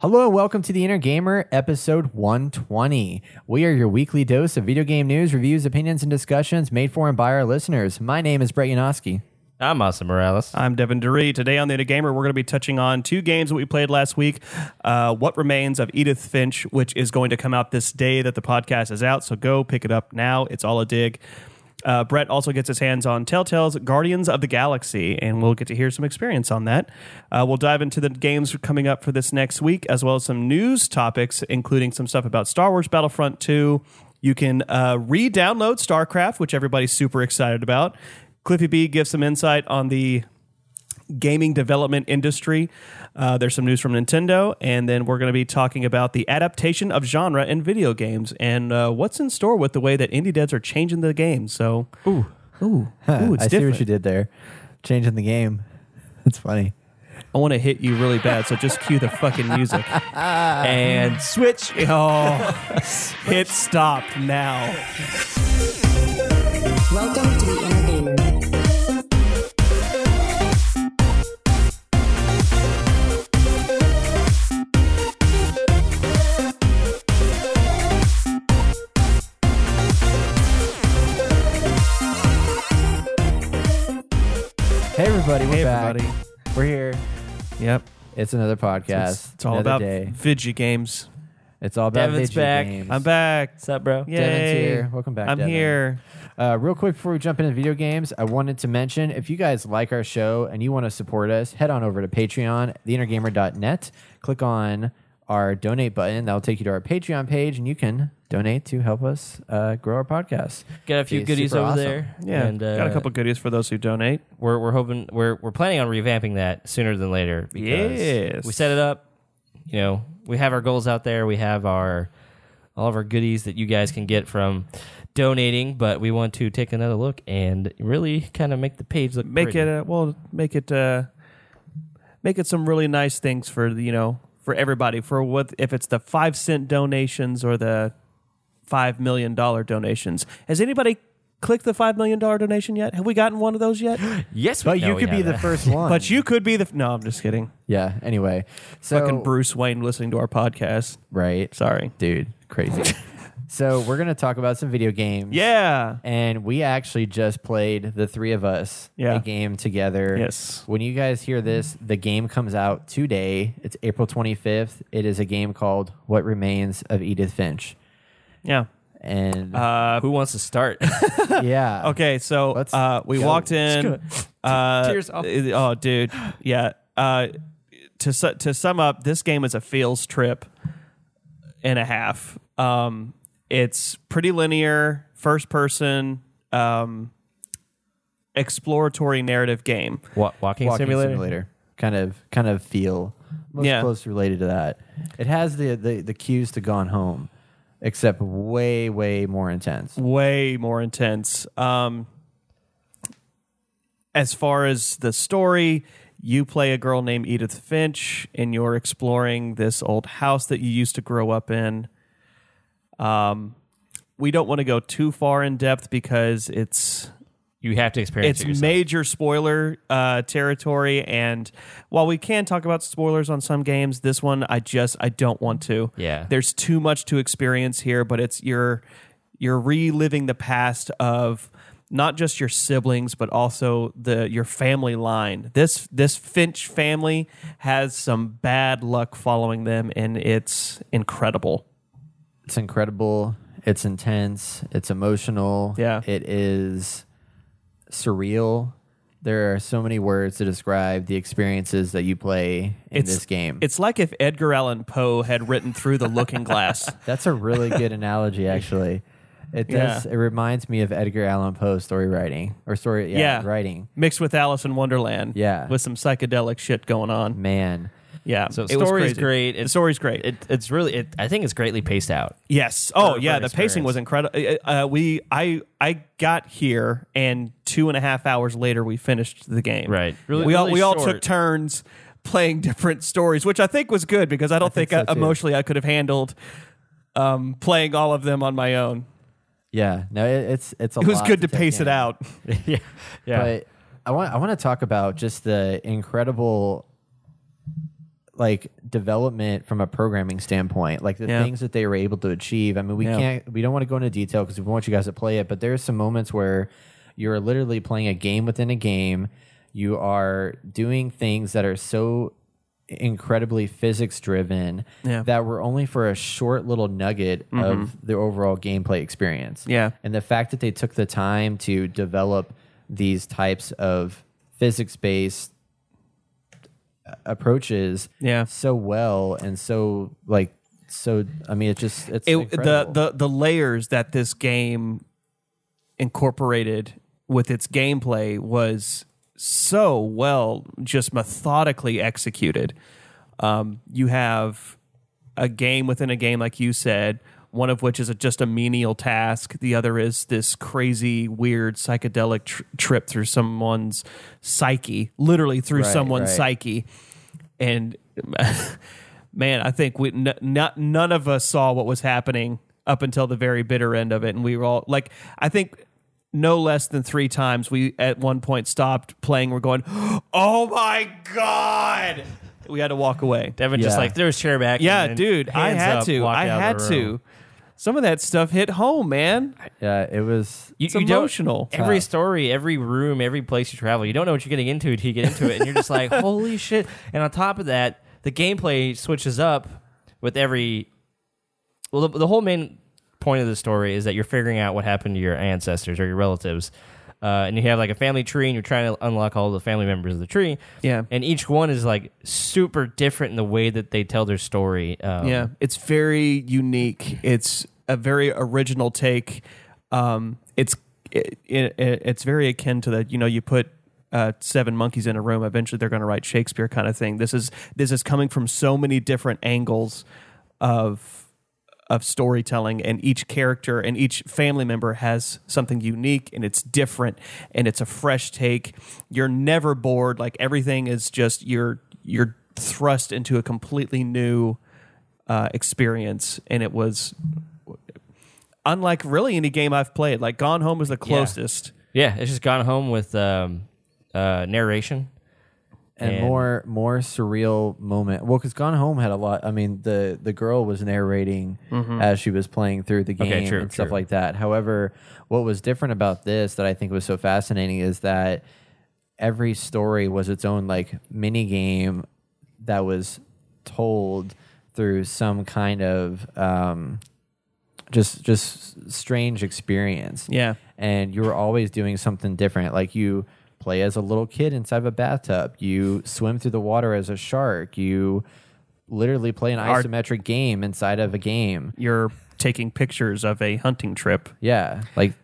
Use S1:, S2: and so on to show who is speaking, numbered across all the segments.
S1: Hello and welcome to the Inner Gamer, episode 120. We are your weekly dose of video game news, reviews, opinions, and discussions made for and by our listeners. My name is Brett Yanofsky.
S2: I'm Austin Morales.
S3: I'm Devin Duree. Today on The Inner Gamer, we're going to be touching on two games that we played last week. Uh, what Remains of Edith Finch, which is going to come out this day that the podcast is out. So go pick it up now. It's all a dig. Uh, Brett also gets his hands on Telltale's Guardians of the Galaxy, and we'll get to hear some experience on that. Uh, we'll dive into the games coming up for this next week, as well as some news topics, including some stuff about Star Wars Battlefront 2. You can uh, re download StarCraft, which everybody's super excited about. Cliffy B gives some insight on the gaming development industry. Uh, there's some news from Nintendo, and then we're going to be talking about the adaptation of genre in video games and uh, what's in store with the way that indie devs are changing the game. So, ooh, ooh, ooh, it's
S1: I see
S3: different.
S1: what you did there. Changing the game. That's funny.
S3: I want to hit you really bad, so just cue the fucking music and switch. Oh, hit stop now.
S4: Welcome to the Inner Gamer.
S1: Hey everybody, we're
S3: Hey,
S1: back.
S3: everybody.
S1: We're here.
S3: Yep,
S1: It's another podcast.
S3: it's, it's all
S1: another
S3: about
S1: day.
S3: video games.
S1: It's all about
S2: Devin's
S1: video
S2: back.
S1: games.
S3: I'm back.
S2: What's up, bro?
S3: Yay.
S1: Devin's here. Welcome back,
S3: I'm
S1: Devin.
S3: here.
S1: Uh, real quick before we jump into video games, I wanted to mention if you guys like our show and you want to support us, head on over to Patreon, theinnergamer.net. Click on our donate button. That'll take you to our Patreon page, and you can donate to help us uh, grow our podcast.
S2: Got a few
S1: Be
S2: goodies
S1: super
S2: over
S1: awesome.
S2: there.
S3: Yeah,
S2: and, uh,
S3: got a couple goodies for those who donate.
S2: We're we're hoping we're we're planning on revamping that sooner than later because
S3: Yes.
S2: we set it up. You know, we have our goals out there. We have our all of our goodies that you guys can get from donating, but we want to take another look and really kind of make the page look
S3: Make
S2: pretty.
S3: it uh, well. Make it uh, make it some really nice things for the, you know for everybody. For what if it's the five cent donations or the five million dollar donations? Has anybody clicked the five million dollar donation yet? Have we gotten one of those yet?
S2: yes, we,
S1: But
S2: no,
S1: you
S2: we
S1: could be the
S2: haven't.
S1: first one.
S3: but you could be the. No, I'm just kidding.
S1: yeah. Anyway, so
S3: Fucking Bruce Wayne listening to our podcast.
S1: right,
S3: Sorry.
S1: dude, crazy. so we're gonna talk about some video games.
S3: Yeah.
S1: and we actually just played the three of us
S3: Yeah.
S1: a game together.
S3: Yes.
S1: When you guys hear this, the game comes out today. It's April 25th. It is a game called What Remains of Edith Finch.
S3: Yeah.
S1: And
S3: Uh,
S2: Who wants to start?
S1: yeah.
S3: Okay, so
S1: Let's
S3: uh, we
S1: go.
S3: walked in. Uh,
S2: Tears off.
S3: uh, Oh, dude, yeah. Uh, to su- to sum up, this game is a feels trip and a half. Um, it's pretty linear, first person, um, exploratory narrative game.
S2: Wa- walking,
S1: Walking
S2: simulator.
S1: simulator. Kind of kind of feel most
S3: Yeah.
S1: closely related to that. It has the, the the cues to Gone Home, except way way more intense.
S3: way more intense. Um, as far as the story, you play a girl named Edith Finch, and you're exploring this old house that you used to grow up in. Um, we don't want to go too far in depth because it's
S2: You have to experience
S3: it's
S2: it yourself.
S3: major spoiler uh, territory, and while we can talk about spoilers on some games, this one I just I don't want to.
S2: Yeah.
S3: there's too much to experience here, but it's you're you're reliving the past of not just your siblings, but also the your family line. This this Finch family has some bad luck following them, and it's incredible.
S1: It's incredible. It's intense. It's emotional.
S3: Yeah.
S1: It is surreal. There are so many words to describe the experiences that you play in
S3: It's-
S1: this game.
S3: It's like if Edgar Allan Poe had written through the Looking Glass.
S1: That's a really good analogy, actually. It does.
S3: Yeah.
S1: It reminds me of Edgar Allan Poe's story writing or story, yeah,
S3: Yeah.
S1: writing.
S3: mixed with Alice in Wonderland.
S1: Yeah. Mm.
S3: with some psychedelic shit going on.
S1: Man,
S3: Yeah,
S2: So
S3: It was
S2: story's
S3: crazy.
S2: great.
S3: The
S2: It's-
S3: story's great.
S2: It, it's really. It, I think it's greatly paced out.
S3: yes. Oh
S2: for
S3: yeah,
S2: an
S3: the pacing was incredible. Uh, we I I got here and two and a half hours later we finished the game.
S2: Right. Really-
S3: we all
S2: really
S3: we all
S2: short.
S3: took turns playing different stories, which I think was good because I don't think,
S1: so,
S3: I,
S1: too.
S3: emotionally I could have handled um, playing all of them on my own.
S1: yeah, no, it, it's it's. A
S3: It was
S1: lot
S3: good to
S1: take
S3: pace it
S1: in.
S3: out.
S2: yeah. Yeah.
S1: But I want I want to talk about just the incredible like development from a programming standpoint, like the
S3: Yeah.
S1: things that they were able to achieve. I mean, we
S3: Yeah.
S1: can't, we don't want to go into detail because we want you guys to play it, but there's some moments where you're literally playing a game within a game. You are doing things that are so incredibly physics driven
S3: Yeah. Mm-hmm.
S1: that were only for a short little nugget of the overall gameplay experience.
S3: Yeah.
S1: And the fact that they took the time to develop these types of physics based approaches
S3: Yeah.
S1: so well and so like so I mean it just it's
S3: it, the
S1: incredible.
S3: the the layers that this game incorporated with its gameplay was so well just methodically executed. Um, you have a game within a game, like you said, one of which is a, just a menial task. The other is this crazy, weird, psychedelic tr- trip through someone's psyche, literally through
S1: Right,
S3: someone's
S1: right.
S3: psyche. And man, I think we n- not none of us saw what was happening up until the very bitter end of it, and we were all like, I think. No less than three times we at one point stopped playing. We're going, oh my god! We had to walk away.
S2: Devin
S1: Yeah.
S2: just like threw his chair back.
S3: Yeah,
S2: and then
S3: dude, I
S2: hands
S3: had
S2: up,
S3: to.
S2: walked
S3: I
S2: out
S3: had
S2: of the room.
S3: to. Some of that stuff hit home, man.
S1: yeah it was
S2: You,
S3: It's
S2: you don't-
S3: emotional.
S2: Every story, every room, every place you travel, you don't know what you're getting into until you get into it, and you're just like, holy shit! And on top of that, the gameplay switches up with every. Well, the, the whole main point of the story is that you're figuring out what happened to your ancestors or your relatives, uh, and you have like a family tree, and you're trying to unlock all the family members of the tree.
S3: Yeah.
S2: and each one is like super different in the way that they tell their story. Um,
S3: Yeah, it's very unique. It's a very original take. Um, it's it, it, it- it's very akin to the you know you put uh, seven monkeys in a room. Eventually, they're going to write Shakespeare kind of thing. This is this is coming from so many different angles of of storytelling and each character and each family member has something unique and it's different and it's a fresh take you're never bored like everything is just you're you're thrust into a completely new uh, experience and it was unlike really any game i've played like gone home was the closest
S2: yeah, it's just gone home with um, uh, narration.
S1: and,
S2: and-
S1: more more surreal moment well because Gone Home had a lot I mean the the girl was narrating as she was playing through the game
S2: Mm-hmm. Okay, true,
S1: and stuff
S2: true.
S1: like that however what was different about this that I think was so fascinating is that every story was its own like mini game that was told through some kind of um, just just strange experience.
S3: Yeah.
S1: and you were always doing something different. Like you play as a little kid inside of a bathtub. You swim through the water as a shark. You literally play an
S3: Art-
S1: isometric game inside of a game.
S3: you're taking pictures of a hunting trip
S1: Yeah, like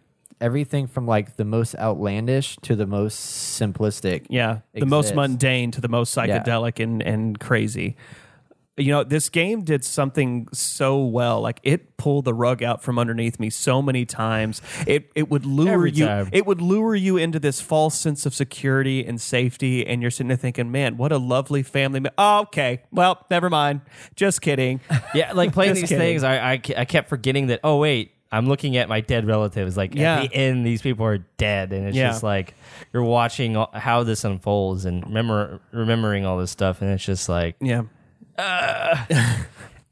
S1: everything from like the most outlandish to the most simplistic.
S3: Yeah, the most
S1: exists.
S3: mundane to the most
S1: Yeah.
S3: psychedelic and and crazy. You know, this game did something so well. Like it pulled the rug out from underneath me so many times. It it would lure
S2: Every
S3: you.
S2: time.
S3: It would lure you into this false sense of security and safety, and you're sitting there thinking, "Man, what a lovely family." Ma- oh, okay, well, never mind. Just kidding.
S2: Yeah, like playing
S3: Just
S2: these
S3: kidding.
S2: things, I, I ke- I kept forgetting that. Oh wait, I'm looking at my dead relatives. Like
S3: Yeah.
S2: at the end, these people are dead, and it's
S3: Yeah.
S2: just like you're watching all- how this unfolds and remember remembering all this stuff, and it's just like
S3: yeah,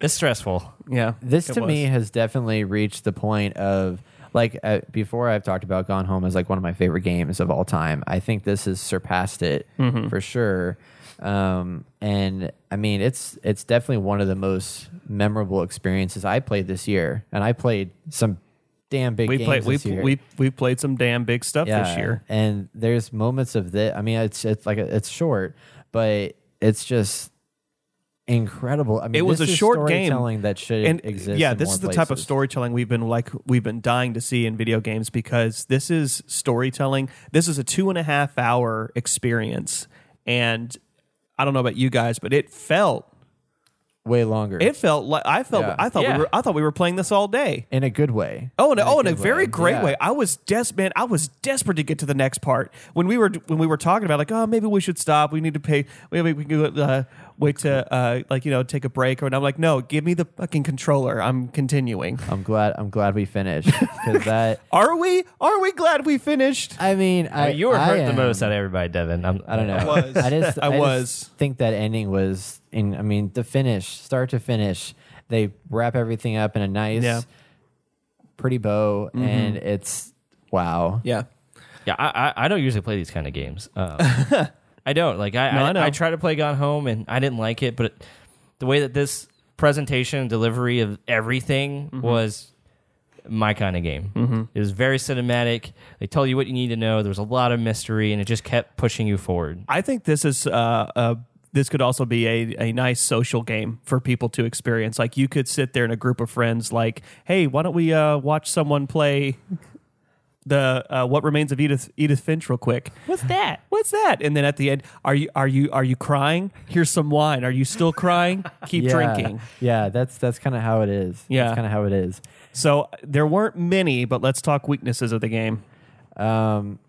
S2: it's stressful.
S3: yeah.
S1: this
S3: It
S1: to
S3: was.
S1: me has definitely reached the point of like uh, before i've talked about gone home as like one of my favorite games of all time i think this has surpassed it
S3: Mm-hmm.
S1: for sure um, and i mean it's it's definitely one of the most memorable experiences i played this year and i played some damn big
S3: we
S1: games
S3: played we,
S1: this year.
S3: we we played some damn big stuff this year.
S1: And there's moments of this. I mean, it's it's like a, it's short, but it's just incredible. I mean,
S3: It was
S1: this
S3: a
S1: is
S3: short game.
S1: storytelling that should exist.
S3: Yeah,
S1: in
S3: this
S1: more
S3: is the type of
S1: places.
S3: storytelling we've been like we've been dying to see in video games because this is storytelling. This is a two and a half hour experience, and I don't know about you guys, but it felt
S1: way longer.
S3: it felt like I felt
S1: Yeah.
S3: I thought
S2: Yeah.
S3: we were I thought we were playing this all day.
S1: in a good way.
S3: Oh, in a, oh, in
S1: good
S3: a very
S1: way.
S3: great
S1: Yeah.
S3: way. I was des man. I was desperate to get to the next part when we were when we were talking about like, oh, maybe we should stop. We need to pay. Maybe we can go. Uh, wait to uh, like you know take a break, or and I'm like, no, give me the fucking controller. I'm continuing.
S1: I'm glad. I'm glad we finished because that.
S3: Are we? Are we glad we finished?
S1: I mean, I
S2: you were
S1: I
S2: hurt the
S1: am-
S2: most out of everybody, Devin. I'm,
S1: I don't know.
S3: I was.
S1: I just.
S3: I
S1: just
S3: was.
S1: think that ending was. In I mean, the finish, start to finish, they wrap everything up in a nice,
S3: Yeah.
S1: pretty bow, and it's wow.
S3: Yeah.
S2: Yeah, I, I I don't usually play these kind of games. Um, I don't like I
S3: No, I
S2: I,
S3: know.
S2: I, try to play Gone Home and I didn't like it, but it- the way that this presentation delivery of everything
S3: Mm-hmm.
S2: was my kind of game. It was very cinematic. They told you what you need to know. There was a lot of mystery, and it just kept pushing you forward.
S3: I think this is uh, uh, this could also be a, a nice social game for people to experience. Like you could sit there in a group of friends, like, hey, why don't we uh, watch someone play the uh, What Remains of Edith Edith Finch real quick? What's that? What's that? And then at the end, are you are you are you crying? Here's some wine. Are you still crying? Keep
S1: Yeah.
S3: drinking.
S1: Yeah, that's that's kind of how it is.
S3: Yeah.
S1: that's kind of how it is.
S3: So there weren't many, but let's talk weaknesses of the game.
S1: Um,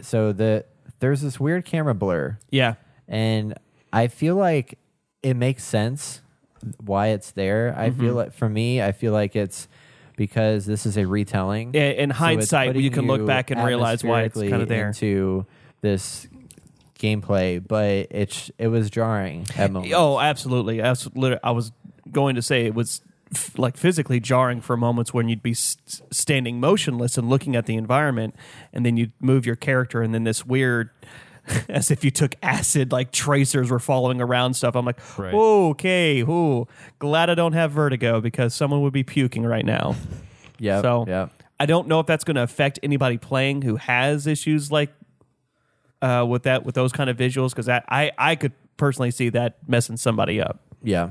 S1: so the there's this weird camera blur,
S3: Yeah.
S1: and I feel like it makes sense why it's there. I
S3: Mm-hmm.
S1: feel like for me, I feel like it's because this is a retelling.
S3: I- in
S1: it's
S3: hindsight,
S1: putting
S3: you can look back and realize why it's
S1: atmospherically
S3: kinda there.
S1: into this gameplay, but it's it was jarring at moments.
S3: Oh, absolutely. Abs- lit- I was going to say it was f- like physically jarring for moments when you'd be s- standing motionless and looking at the environment, and then you'd move your character, and then this weird. As if you took acid, like tracers were following around stuff. I'm like,
S2: Right.
S3: "Whoa, okay, whoo, glad I don't have vertigo because someone would be puking right now.
S1: yeah,
S3: so
S1: yeah.
S3: I don't know if that's going to affect anybody playing who has issues like uh, with that, with those kind of visuals, because I, I, I could personally see that messing somebody up.
S1: Yeah.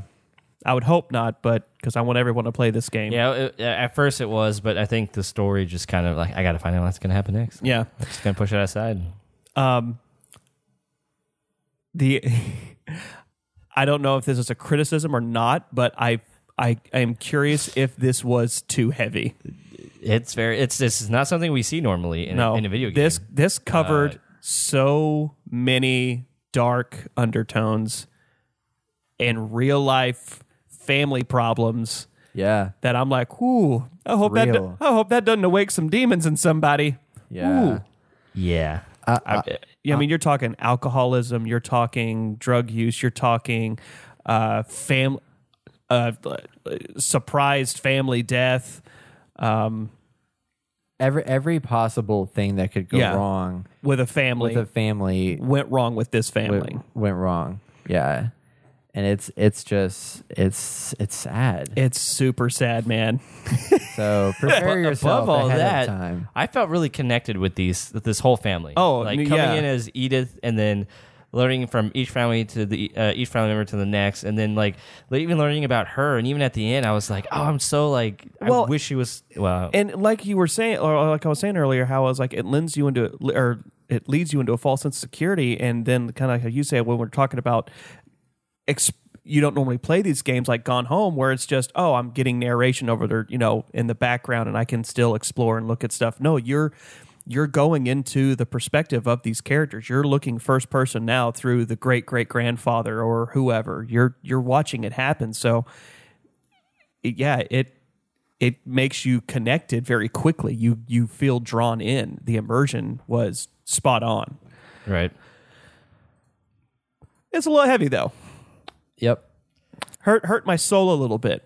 S3: I would hope not, but because I want everyone to play this game.
S2: Yeah, it, at first it was, but I think the story just kind of like I got to find out what's going to happen next.
S3: Yeah.
S2: Just gonna push it aside.
S3: Um, the I don't know if this is a criticism or not, but I I, I am curious if this was too heavy.
S2: It's very. It's this is not something we see normally in,
S3: no,
S2: a, in a video game. Uh,
S3: This this covered so many dark undertones and real life family problems
S1: Yeah.
S3: that I'm like, ooh, I hope
S1: Real.
S3: that I hope that doesn't awake some demons in somebody.
S1: Yeah.
S3: Ooh.
S2: yeah. I-
S3: Yeah, I mean, you're talking alcoholism, you're talking drug use, you're talking uh, fam- uh, surprised family death. Um,
S1: Every every possible thing that could go
S3: Yeah.
S1: wrong
S3: with a family
S1: with a family
S3: went wrong with this family.
S1: went, went wrong. Yeah. And it's it's just it's it's sad.
S3: It's super sad, man.
S1: So prepare yourself
S2: above all
S1: ahead
S2: that,
S1: of time.
S2: I felt really connected with these with this whole family.
S3: Oh,
S2: like
S3: n-
S2: coming
S3: yeah.
S2: in as Edith, and then learning from each family to the uh, each family member to the next, and then like even learning about her, and even at the end, I was like, oh, I'm so like,
S3: Well,
S2: I wish she was. Well,
S3: And like you were saying, or like I was saying earlier, how I was like, it lends you into, or it leads you into a false sense of security. And then, kind of like how you say, when we're talking about, exp- you don't normally play these games like Gone Home, where it's just, oh, I'm getting narration over there, you know, in the background, and I can still explore and look at stuff. No, you're you're going into the perspective of these characters. You're looking first person now through the great great grandfather or whoever. You're you're watching it happen. So, it- yeah, it it makes you connected very quickly. You you feel drawn in. The immersion was spot on.
S2: right.
S3: It's a little heavy though.
S1: Yep.
S3: Hurt hurt my soul a little bit.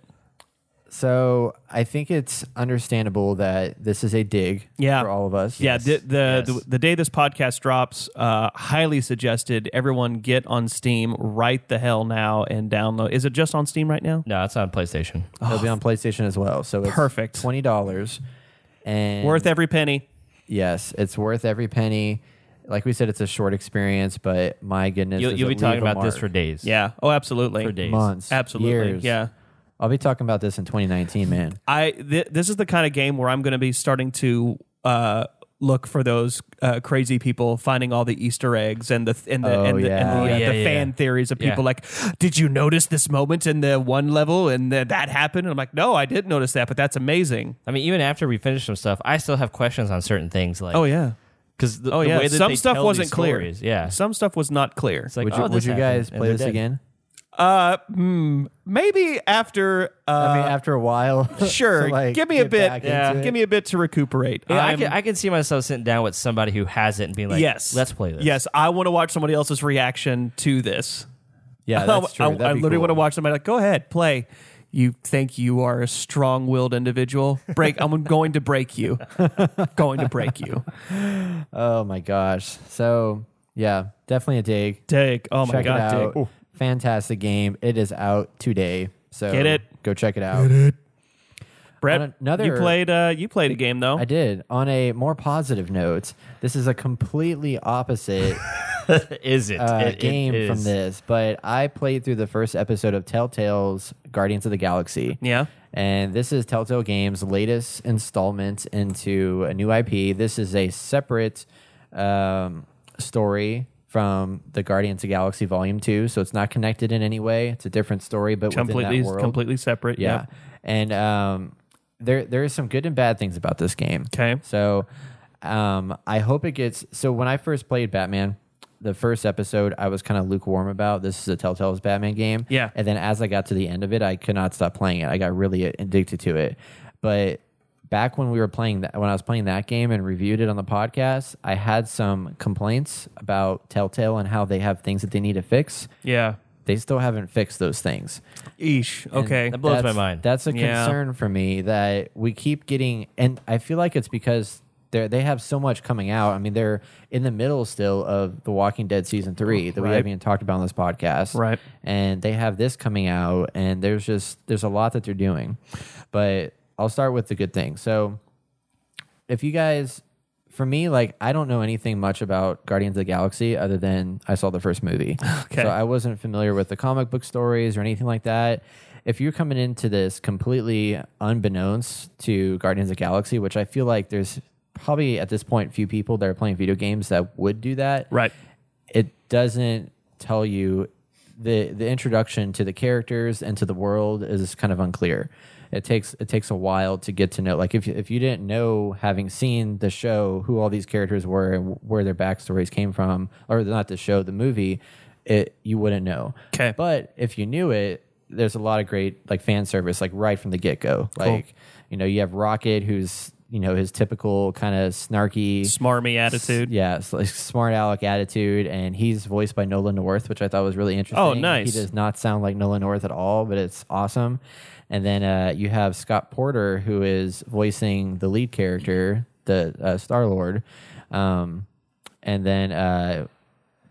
S1: So I think it's understandable that this is a dig
S3: Yeah.
S1: for all of us.
S3: Yeah, the the,
S2: Yes.
S3: the the day this podcast drops, uh, highly suggested everyone get on Steam right the hell now and download. Is it just on Steam right now?
S2: No, it's on PlayStation.
S1: It'll be on PlayStation as well. So it's
S3: Perfect.
S1: Twenty dollars. And
S3: Worth every penny.
S1: Yes, it's worth every penny. Like we said, it's a short experience, but my goodness,
S2: You'll,
S1: does
S2: you'll
S1: it
S2: be talking
S1: leave a
S2: about this
S1: mark.
S2: for days.
S3: Yeah. Oh, absolutely.
S2: For days.
S1: months,
S3: Absolutely.
S1: years.
S3: Yeah.
S1: I'll be talking about this in 2019, man.
S3: I th- this is the kind of game where I'm going to be starting to uh, look for those uh, crazy people finding all the Easter eggs and the and the
S1: Oh,
S3: and the,
S1: yeah.
S3: and the, uh,
S2: Oh, yeah,
S3: the
S2: yeah,
S3: fan
S2: yeah.
S3: theories of people
S2: Yeah.
S3: like, did you notice this moment in the one level and th- that happened? And I'm like, no, I didn't notice that, but that's amazing.
S2: I mean, even after we finish some stuff, I still have questions on certain things. Like,
S1: Oh,
S3: Oh, yeah,
S2: because the,
S3: oh
S2: the
S3: yeah.
S2: way that
S3: Some
S2: they
S3: stuff
S2: tell
S3: wasn't
S2: these
S3: clear.
S2: stories, Yeah,
S3: some stuff was not clear.
S2: it's like,
S1: would you,
S2: oh,
S1: would
S2: this
S1: you
S2: happened,
S1: guys
S2: and
S1: play
S2: they're
S1: this
S2: dead.
S1: again?
S3: Uh, hmm, maybe after. Uh,
S1: I mean, after a while, to,
S3: sure.
S1: like,
S3: give me a
S1: get
S3: bit.
S1: back
S2: Yeah.
S1: into it.
S3: Give me a bit to recuperate.
S2: Yeah, I
S3: I'm-
S2: can, I can see myself sitting down with somebody who has it and being like,
S3: yes.
S2: let's play this."
S3: Yes, I want to watch somebody else's reaction to this.
S1: yeah, Uh, that's true.
S3: I, I
S1: That'd be
S3: literally
S1: cool.
S3: want to watch somebody like, go ahead, play. You think you are a strong-willed individual? Break. I'm going to break you. going to break you.
S1: Oh my gosh. So yeah, definitely a dig.
S3: Dig. Oh
S1: check
S3: my god.
S1: it
S3: Dig.
S1: out.
S3: Ooh.
S1: Fantastic game. It is out today. So
S3: Get it.
S1: Go check it out. On
S3: Brett,
S1: another-
S3: you played. Uh, you played a game though.
S1: I did. On a more positive note, this is a completely opposite
S2: is it,
S1: uh,
S2: It- it
S1: game from
S2: is.
S1: this, but I played through the first episode of Telltale's Guardians of the Galaxy.
S3: Yeah.
S1: And this is Telltale Games' latest installment into a new IP. This is a separate um, story from the Guardians of the Galaxy Volume 2, so it's not connected in any way. It's a different story, but
S3: completely,
S1: within that world.
S3: completely separate.
S1: Yeah.
S3: Yep.
S1: And um, there there is some good and bad things about this game.
S3: 'Kay.
S1: So um, I hope it gets. So when I first played Batman, the first episode, I was kind of lukewarm about. This is a Telltale's Batman game.
S3: Yeah.
S1: And then as I got to the end of it, I could not stop playing it. I got really addicted to it. But back when we were playing that, when I was playing that game and reviewed it on the podcast, I had some complaints about Telltale and how they have things that they need to fix.
S3: Yeah.
S1: They still haven't fixed those things.
S3: Eesh.
S1: And
S3: Okay.
S2: That blows my
S1: that's-
S2: mind.
S1: That's a
S3: Yeah.
S1: concern for me that we keep getting, and I feel like it's because they they have so much coming out. I mean, they're in the middle still of The Walking Dead season three that we
S3: Right.
S1: haven't even talked about on this podcast,
S3: Right.
S1: And they have this coming out, and there's just there's a lot that they're doing. But I'll start with the good thing. So if you guys. For me, like I don't know anything much about Guardians of the Galaxy other than I saw the first movie.
S3: Okay.
S1: So I wasn't familiar with the comic book stories or anything like that. If you're coming into this completely unbeknownst to Guardians of the Galaxy, which I feel like there's probably at this point few people that are playing video games that would do that.
S3: Right.
S1: It doesn't tell you the the introduction to the characters and to the world is kind of unclear. It takes it takes a while to get to know. Like if you- if you didn't know, having seen the show, who all these characters were and where their backstories came from, or not the show, the movie, it you wouldn't know.
S3: 'Kay.
S1: But if you knew it, there's a lot of great like fan service like right from the get go. Like you know you have Rocket, who's you know his typical kind of snarky
S3: Smarmy attitude.
S1: yeah, it's like smart aleck attitude, and he's voiced by Nolan North, which I thought was really interesting.
S3: Oh, nice.
S1: He does not sound like Nolan North at all, but it's awesome. And then uh, you have Scott Porter, who is voicing the lead character, the uh, Star Lord, um, and then uh,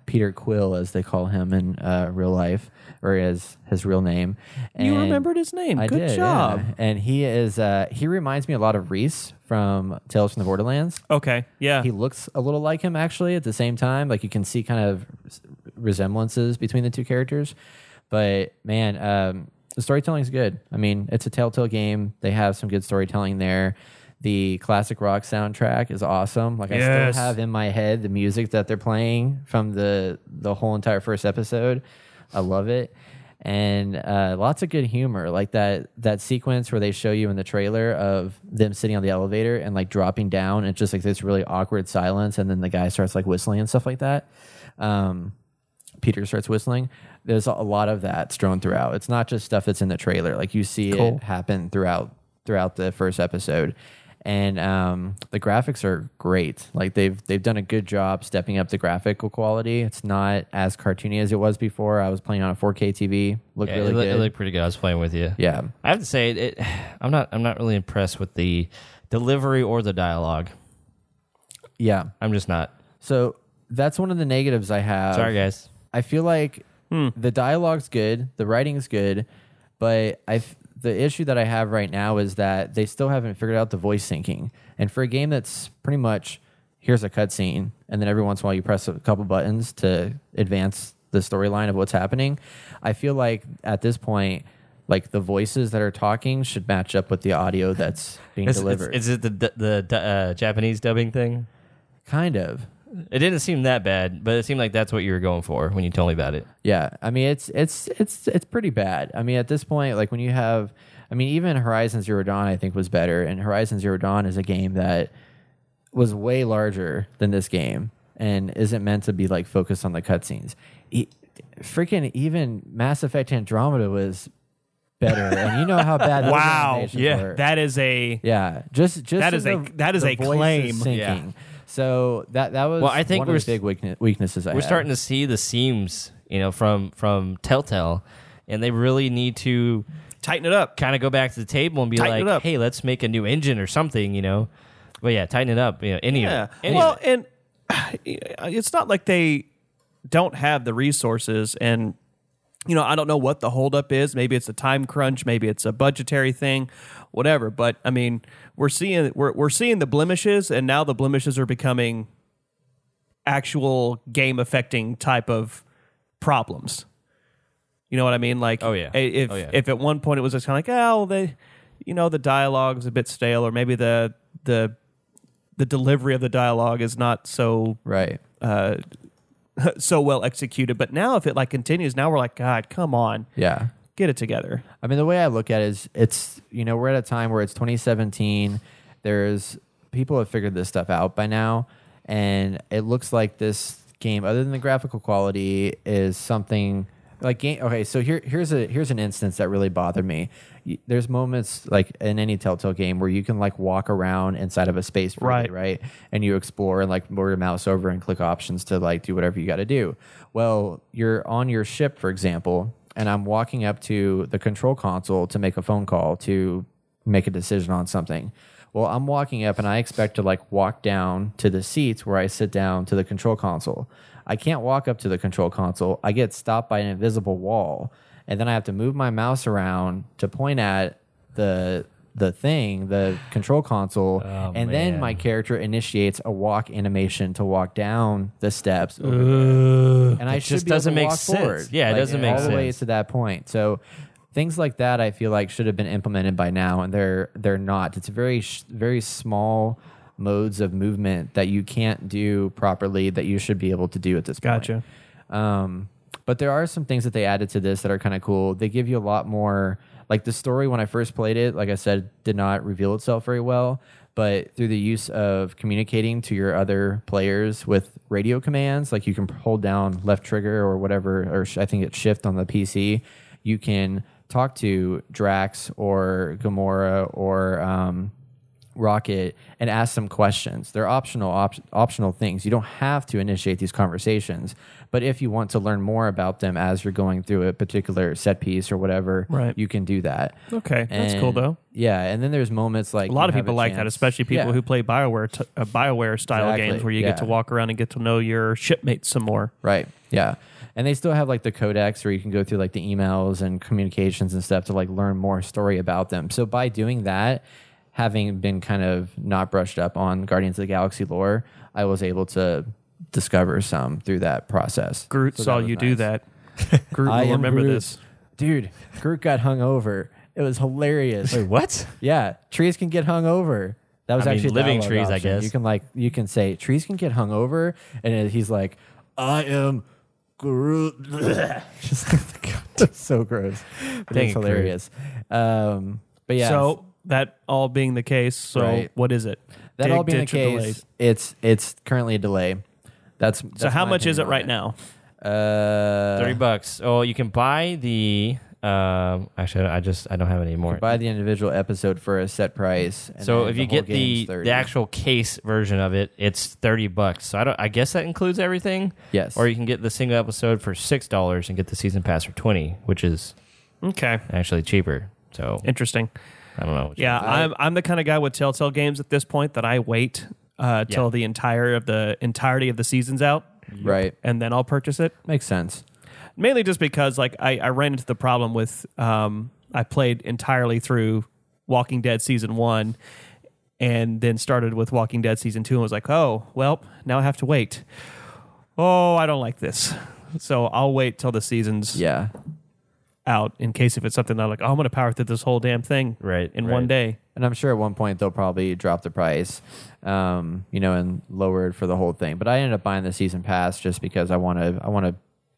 S1: Peter Quill, as they call him in uh, real life, or as his real name.
S3: You
S1: And-
S3: remembered his name.
S1: I
S3: Good
S1: did,
S3: job.
S1: yeah. And he is uh, he reminds me a lot of Reese from Tales from the Borderlands
S3: Okay. Yeah.
S1: he looks a little like him actually at the same time like you can see kind of res- resemblances between the two characters but man um, the storytelling's good i mean it's a telltale game they have some good storytelling there the classic rock soundtrack is awesome like i
S3: Yes.
S1: still have in my head the music that they're playing from the the whole entire first episode i love it and uh, lots of good humor like that that sequence where they show you in the trailer of them sitting on the elevator and like dropping down and it's just like this really awkward silence and then the guy starts like whistling and stuff like that um, Peter starts whistling. There's a lot of that strewn throughout. It's not just stuff that's in the trailer. Like you see it happen throughout throughout the first episode, and um, the graphics are great. Like they've they've done a good job stepping up the graphical quality. It's not as cartoony as it was before. I was playing on a 4K TV. Looked
S2: Yeah,
S1: really
S2: it, loo- it
S1: good.
S2: looked pretty good. I was playing with you.
S1: yeah.
S2: I have to say, it, I'm not. I'm not really impressed with the delivery or the dialogue.
S1: Yeah.
S2: I'm just not.
S1: So that's one of the negatives I have.
S2: Sorry, guys.
S1: I feel like the dialogue's good, the writing's good, but I f- the issue that I have right now is that they still haven't figured out the voice syncing. And for a game that's pretty much here's a cutscene, and then every once in a while you press a couple buttons to advance the storyline of what's happening. I feel like at this point, like the voices that are talking should match up with the audio that's being
S2: Is, is,
S1: delivered.
S2: is it the the, the uh, Japanese dubbing thing?
S1: kind of.
S2: It didn't seem that bad, but it seemed like that's what you were going for when you told me about it.
S1: Yeah, I mean it's it's it's it's pretty bad. I mean at this point, like when you have, I mean even Horizon Zero Dawn I think was better, and Horizon Zero Dawn is a game that was way larger than this game and isn't meant to be like focused on the cutscenes. E- freaking even Mass Effect Andromeda was better, and you know how bad. those
S3: Wow.
S1: animations
S2: Yeah,
S1: were.
S3: That is a
S1: yeah. Just just
S3: That is
S1: in
S3: a-
S1: the-
S3: that is
S1: the
S3: a
S1: voice
S3: claim.
S1: Sinking.
S2: Yeah.
S1: So that that was
S2: Well, I think
S1: one
S2: we're
S1: of the
S2: s-
S1: big weakne- weaknesses. I
S2: We're starting to see the seams, you know, from from Telltale, and they really need to
S3: tighten it up.
S2: kind of go back to the table and be
S3: Tighten it
S2: like,
S3: up.
S2: "Hey, let's make a new engine or something," you know. But yeah, tighten it up. You know, any
S3: Yeah.
S2: of it. Any of
S3: Well,
S2: it.
S3: and it's not like they don't have the resources and you know, I don't know what the holdup is. Maybe it's a time crunch. Maybe it's a budgetary thing, whatever. But I mean, we're seeing we're we're seeing the blemishes, and now the blemishes are becoming actual game affecting type of problems. You know what I mean? Like,
S2: Oh, yeah.
S3: i- if
S2: Oh, yeah.
S3: if at one point it was just kind of like, oh, well, they, you know, the dialogue's a bit stale, or maybe the the the delivery of the dialogue is not so
S1: right.
S3: so well executed. But now, if it like continues, now we're like, God, come on
S1: Yeah.
S3: get it together.
S1: I mean, the way I look at it is it's, you know, we're at a time where it's 2017. There's people have figured this stuff out by now. And it looks like this game, other than the graphical quality, is something like game. Okay. So here, here's a, here's an instance that really bothered me. Y- There's moments like in any Telltale game where you can like walk around inside of a space. for
S3: Right.
S1: right? right? And you explore and like move your mouse over and click options to like do whatever you got to do. Well, you're on your ship, for example, and I'm walking up to the control console to make a phone call to make a decision on something. Well, I'm walking up and I expect to like walk down to the seats where I sit down to the control console. I can't walk up to the control console. I get stopped by an invisible wall. And then I have to move my mouse around to point at the the thing, the control console,
S2: Oh,
S1: and then my character initiates a walk animation to walk down the steps. over there. and I should
S2: just
S1: be able
S2: doesn't
S1: to
S2: make
S1: walk
S2: sense.
S1: forward,
S2: Yeah, it
S1: like,
S2: doesn't make
S1: all the way
S2: sense.
S1: to that point. So things like that, I feel like should have been implemented by now, and they're they're not. It's very sh- very small modes of movement that you can't do properly that you should be able to do at this point.
S3: Gotcha.
S1: Um, but there are some things that they added to this that are kind of cool. They give you a lot more, like the story when I first played it, like I said, did not reveal itself very well. But through the use of communicating to your other players with radio commands, like you can hold down left trigger or whatever, or sh- I think it's shift on the PC, you can talk to Drax or Gamora or um, Rocket and ask them questions. They're optional op- optional things. You don't have to initiate these conversations, but if you want to learn more about them as you're going through a particular set piece or whatever,
S3: Right.
S1: you can do that.
S3: Okay, that's cool
S1: And-
S3: though.
S1: Yeah, and then there's moments like
S3: A lot of people like that, especially people who play Bioware t- uh, Bioware style
S1: Exactly,
S3: games where you
S1: yeah.
S3: get to walk around and get to know your shipmates some more.
S1: Right. Yeah. And they still have like the codex where you can go through like the emails and communications and stuff to like learn more story about them. So by doing that, having been kind of not brushed up on Guardians of the Galaxy lore, I was able to discover some through that process.
S3: Groot
S1: So that
S3: saw
S1: was
S3: you do
S1: nice.
S3: that. Groot
S1: I
S3: will
S1: am
S3: remember
S1: Groot.
S3: this.
S1: Dude, Groot got hung over. It was hilarious.
S2: Wait, what?
S1: Yeah, trees can get hung over. That was
S2: I mean,
S1: actually a
S2: living
S1: dialogue
S2: trees, I
S1: option.
S2: guess.
S1: You can like you can say trees can get hung over, and it- he's like, "I am Groot." Just that's so gross. But
S2: Dang
S1: it's
S2: it, Groot.
S1: hilarious. Um, but yeah,
S3: So that all being the case, so
S1: Right.
S3: what is it?
S1: that
S3: Dig,
S1: all being the
S3: ditch, or delay?
S1: case, it's it's currently a delay. That's,
S3: So
S1: that's
S3: how
S1: my
S3: much is it
S1: opinion
S3: right
S1: on
S3: now?
S1: it. Uh,
S2: Thirty bucks. Oh, you can buy the. Um, actually, I just I don't have any more.
S1: Buy the individual episode for a set price. and
S2: So
S1: then
S2: if you
S1: whole
S2: get the
S1: game's 30.
S2: the actual case version of it, it's thirty bucks. So I don't. I guess that includes everything.
S1: Yes.
S2: Or you can get the single episode for six dollars and get the season pass for twenty, which is
S3: Okay,
S2: actually cheaper. So
S3: interesting.
S2: I don't know. which-
S3: Yeah, I, am I'm the kind of guy with Telltale games at this point that I wait uh, till
S2: Yeah.
S3: the entire of the entirety of the season's out,
S1: right
S3: and then I'll purchase it.
S1: makes sense.
S3: mainly just because like I, I ran into the problem with um, I played entirely through Walking Dead season one and then started with Walking Dead season two and was like, oh well, now I have to wait. Oh, I don't like this. So I'll wait till the season's
S1: Yeah,
S3: out in case if it's something that I'm like, oh, I'm gonna power through this whole damn thing
S2: Right,
S3: in
S2: right.
S3: one day.
S1: And I'm sure at one point they'll probably drop the price, um, you know, and lower it for the whole thing. But I ended up buying the season pass just because I want to. I want to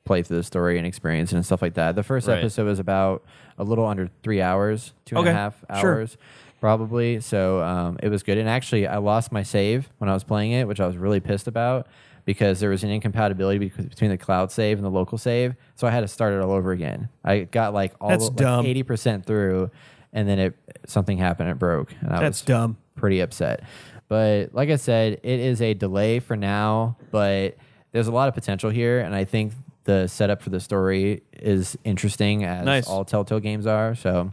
S1: play through the story and experience it and stuff like that. The first
S2: Right.
S1: episode was about a little under three hours, two and a
S3: Okay,
S1: half
S3: sure.
S1: hours, probably. So um, it was good. And actually, I lost my save when I was playing it, which I was really pissed about. because there was an incompatibility bec- between the cloud save and the local save. So I had to start it all over again. I got like all
S3: That's dumb.
S1: eighty percent through, and then it something happened. It broke. And I
S3: That's
S1: was
S3: dumb.
S1: pretty upset. But like I said, it is a delay for now, but there's a lot of potential here, and I think the setup for the story is interesting as
S3: Nice.
S1: all Telltale games are. So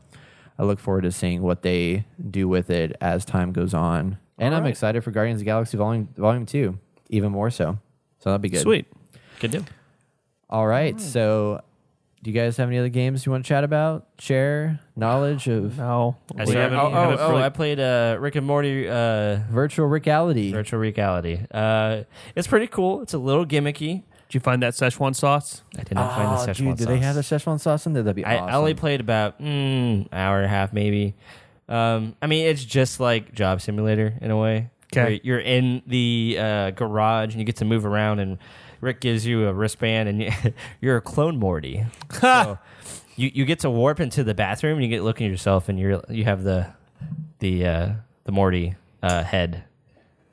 S1: I look forward to seeing what they do with it as time goes on. And I'm excited for Guardians of the Galaxy Volume Volume Two, even more so. So that'd be good.
S3: Sweet.
S2: Good deal.
S1: All right. So do you guys have any other games you want to chat about? Share knowledge of
S3: No.
S2: I
S3: We
S2: see-
S3: haven't-
S2: oh,
S3: we haven't
S2: oh, oh,
S3: really-
S2: I played uh, Rick and Morty uh,
S1: virtual reality.
S2: virtual reality. Uh, it's pretty cool. It's a little gimmicky.
S3: Did you find that Szechuan sauce?
S2: I did not find the
S3: Ah,
S1: Oh,
S2: Szechuan
S1: dude, do they
S2: sauce.
S1: have the Szechuan sauce in there? That'd be
S2: I,
S1: awesome.
S2: I only played about mm, hour and a half, maybe. Um, I mean, it's just like Job Simulator in a way.
S3: 'Kay.
S2: Where You're in the uh, garage and you get to move around, and Rick gives you a wristband, and you, you're a clone Morty. so you you get to warp into the bathroom, and you get looking at yourself, and you're you have the the uh, the Morty uh, head,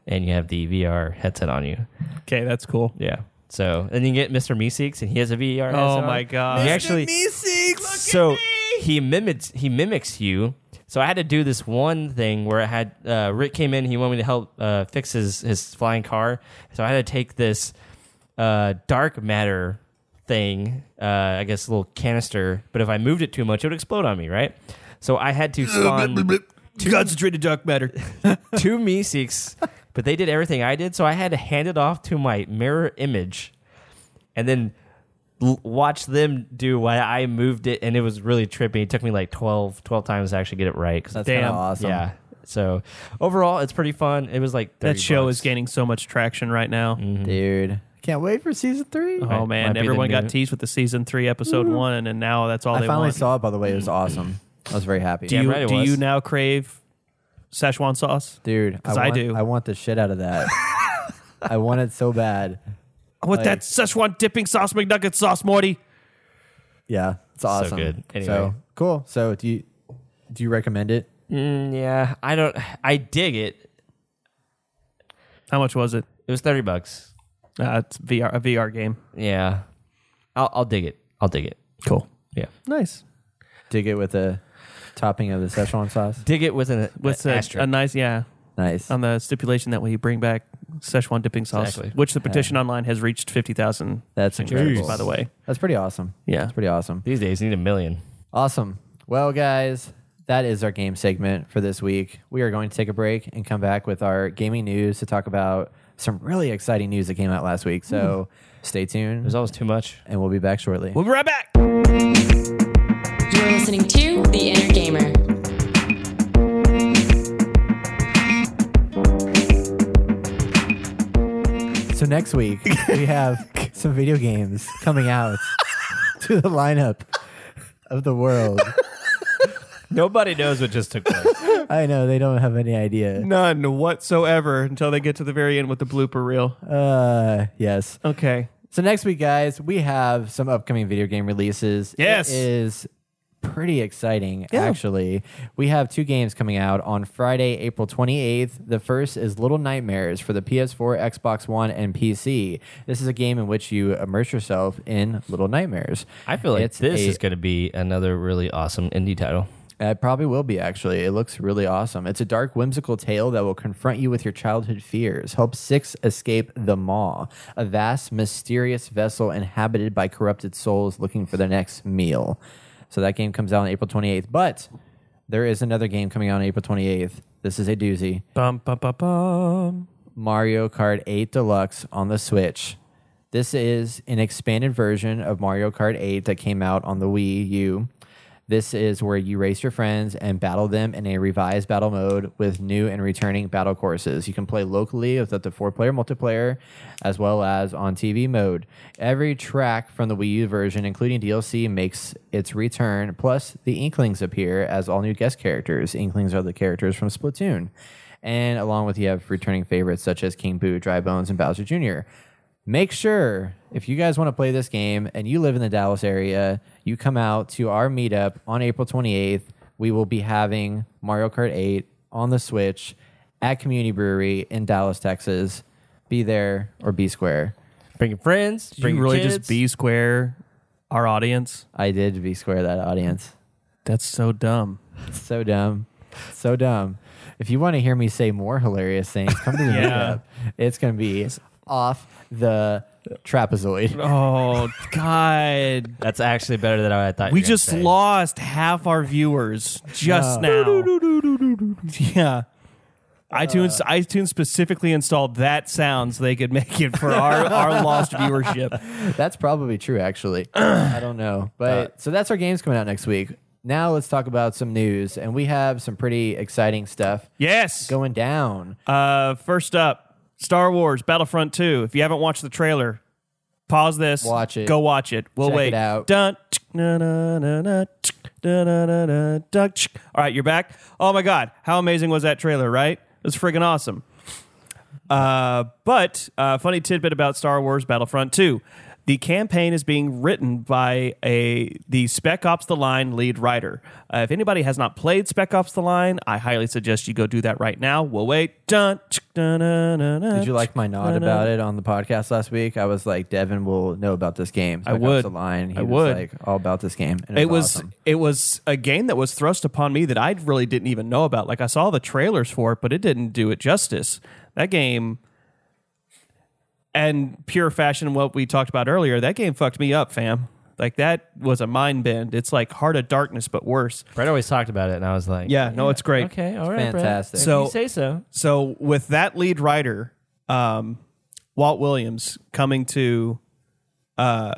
S2: and you have the VR headset on you.
S3: Okay, that's cool.
S2: Yeah. So and you get Mr. Meeseeks, and he has a VR. headset
S3: Oh
S2: on.
S3: my
S2: He
S3: god.
S2: actually so he mimics he mimics you. So I had to do this one thing where I had uh, Rick came in. He wanted me to help uh, fix his his flying car. So I had to take this uh, dark matter thing, uh, I guess a little canister. But if I moved it too much, it would explode on me, right? So I had to spawn
S3: Concentrated dark matter.
S2: two Meeseeks, but they did everything I did, so I had to hand it off to my mirror image, and then l- watch them do why I moved it, and it was really trippy. It took me like 12, 12 times to actually get it right. 'cause-
S1: That's
S3: Damn.
S1: kind of awesome.
S2: Yeah. So overall, it's pretty fun. It was like 30
S3: That show
S2: bucks.
S3: is gaining so much traction right now.
S1: Dude, Mhm. can't wait for season three.
S3: Oh
S2: Mm, Might- might be
S3: man,
S2: the
S3: everyone got
S2: new-
S3: teased with the season three, episode one, and now that's all
S1: I
S3: they
S1: finally
S3: want.
S1: saw it, by the way. It was awesome. I was very happy.
S3: do you
S2: right it
S3: do
S2: was.
S3: you now crave Szechuan sauce?
S1: Dude, I,
S3: 'Cause I
S1: want-
S3: do.
S1: I want the shit out of that. I want it so bad.
S3: I want
S1: Like-
S3: that Szechuan dipping sauce, McNugget sauce, Morty.
S1: Yeah, it's awesome.
S2: good. Anyway.
S1: So cool. So do you do you recommend it?
S2: Mm, yeah, I don't. I dig it.
S3: How much was it?
S2: It was thirty bucks.
S3: Uh, it's VR a VR game.
S2: Yeah, I'll, I'll dig it. I'll dig it.
S3: Cool.
S2: Yeah,
S3: Nice.
S1: Dig it with a topping of the Szechuan sauce.
S2: dig it with an
S3: With
S2: an
S3: a,
S2: asterisk.
S3: a nice yeah
S1: Nice.
S3: on the stipulation that we bring back Szechuan dipping sauce,
S2: Exactly.
S3: which the petition online has reached fifty thousand.
S1: That's incredible.
S3: by the way.
S1: That's pretty awesome.
S3: Yeah.
S1: That's pretty awesome.
S2: These days, you need a million.
S1: Awesome. Well, guys, that is our game segment for this week. We are going to take a break and come back with our gaming news to talk about some really exciting news that came out last week. So stay tuned,
S2: There's always too much.
S1: and we'll be back shortly.
S3: We'll be right back.
S4: You're listening to The Inner Gamer.
S1: So next week we have some video games coming out to the lineup of the world.
S2: Nobody knows what just took place.
S1: I know they don't have any idea.
S3: None whatsoever until they get to the very end with the blooper reel.
S1: Uh, yes.
S3: Okay.
S1: So next week, guys, we have some upcoming video game releases.
S3: Yes.
S1: it is pretty exciting. Actually, we have two games coming out on Friday, April twenty eighth. The first is Little Nightmares for the PS4, Xbox One, and PC. This is a game in which you immerse yourself in little nightmares.
S2: I feel like
S1: It's
S2: this
S1: a-
S2: is going to be another really awesome indie title.
S1: It probably will be actually. It looks really awesome. It's a dark, whimsical tale that will confront you with your childhood fears. Help Six escape the Maw, a vast, mysterious vessel inhabited by corrupted souls looking for their next meal. So that game comes out on April 28th. But there is another game coming out on April 28th. This is a doozy.
S3: Bum bum bum bum.
S1: Mario Kart 8 Deluxe on the Switch. This is an expanded version of Mario Kart 8 that came out on the Wii U. This is where you race your friends and battle them in a revised battle mode with new and returning battle courses. You can play locally with up to four player multiplayer as well as on TV mode. Every track from the Wii U version, including DLC, makes its return, plus the Inklings appear as all new guest characters. Inklings are the characters from Splatoon and along with you have returning favorites such as King Boo, Dry Bones, and Bowser Jr. Make sure if you guys want to play this game and you live in the Dallas area, you come out to our meetup on April 28th. We will be having Mario Kart 8 on the Switch at Community Brewery in Dallas, Texas. be there, or be square.
S2: Bring your friends.
S3: Did
S2: Bring
S3: you
S2: your
S3: really
S2: kids.
S3: just B square our audience?
S1: I did be square that audience.
S3: That's so dumb.
S1: So dumb. So dumb. If you want to hear me say more hilarious things, come to the
S3: Yeah.
S1: meetup. It's going to be off the trapezoid.
S3: Oh God.
S2: That's actually better than I thought.
S3: We
S2: you were gonna
S3: just
S2: say.
S3: lost half our viewers just now. yeah. iTunes
S1: Uh.
S3: iTunes specifically installed that sound so they could make it for our, our lost viewership.
S1: That's probably true, actually. I don't
S3: Uh,
S1: know. But so that's our games coming out next week. Now let's talk about some news. And we have some pretty exciting stuff
S3: Yes.
S1: going down.
S3: Uh, first up, Star Wars Battlefront 2. If you haven't watched the trailer, pause this.
S1: Watch it.
S3: Go watch it. We'll
S1: Check
S3: wait.
S1: it out.
S3: Dun, tsk, na, na, na, na, tsk, da, da, da, da, duck, tsk. All right, you're back. Oh my God. How amazing was that trailer, right? It was friggin' awesome. Uh, but uh, funny tidbit about Star Wars Battlefront 2. The campaign is being written by a the Spec Ops the Line lead writer. Uh, if anybody has not played Spec Ops the Line, I highly suggest you go do that right now. We'll wait. Dun, tsk, dun, dun, dun, dun,
S1: Did you like my
S3: tsk,
S1: nod
S3: dun, dun.
S1: about it on the podcast last week? I was like, Devin will know about this game. So
S3: I
S1: got
S3: would.
S1: The line. He
S3: I
S1: was
S3: would.
S1: like all about this game. And
S3: It was
S1: awesome.
S3: it was a game that was thrust upon me that I really didn't even know about. Like I saw the trailers for it, but it didn't do it justice. That game and pure fashion what we talked about earlier, that game fucked me up, fam. Like that was a mind bend. It's like Heart of Darkness but worse.
S2: Brett always talked about it, and I was like,
S3: Yeah, no, it's great.
S2: Okay, all right, Brett.
S1: fantastic.
S2: If
S3: So-
S2: you say so.
S3: So with that lead writer, um, Walt Williams coming to uh,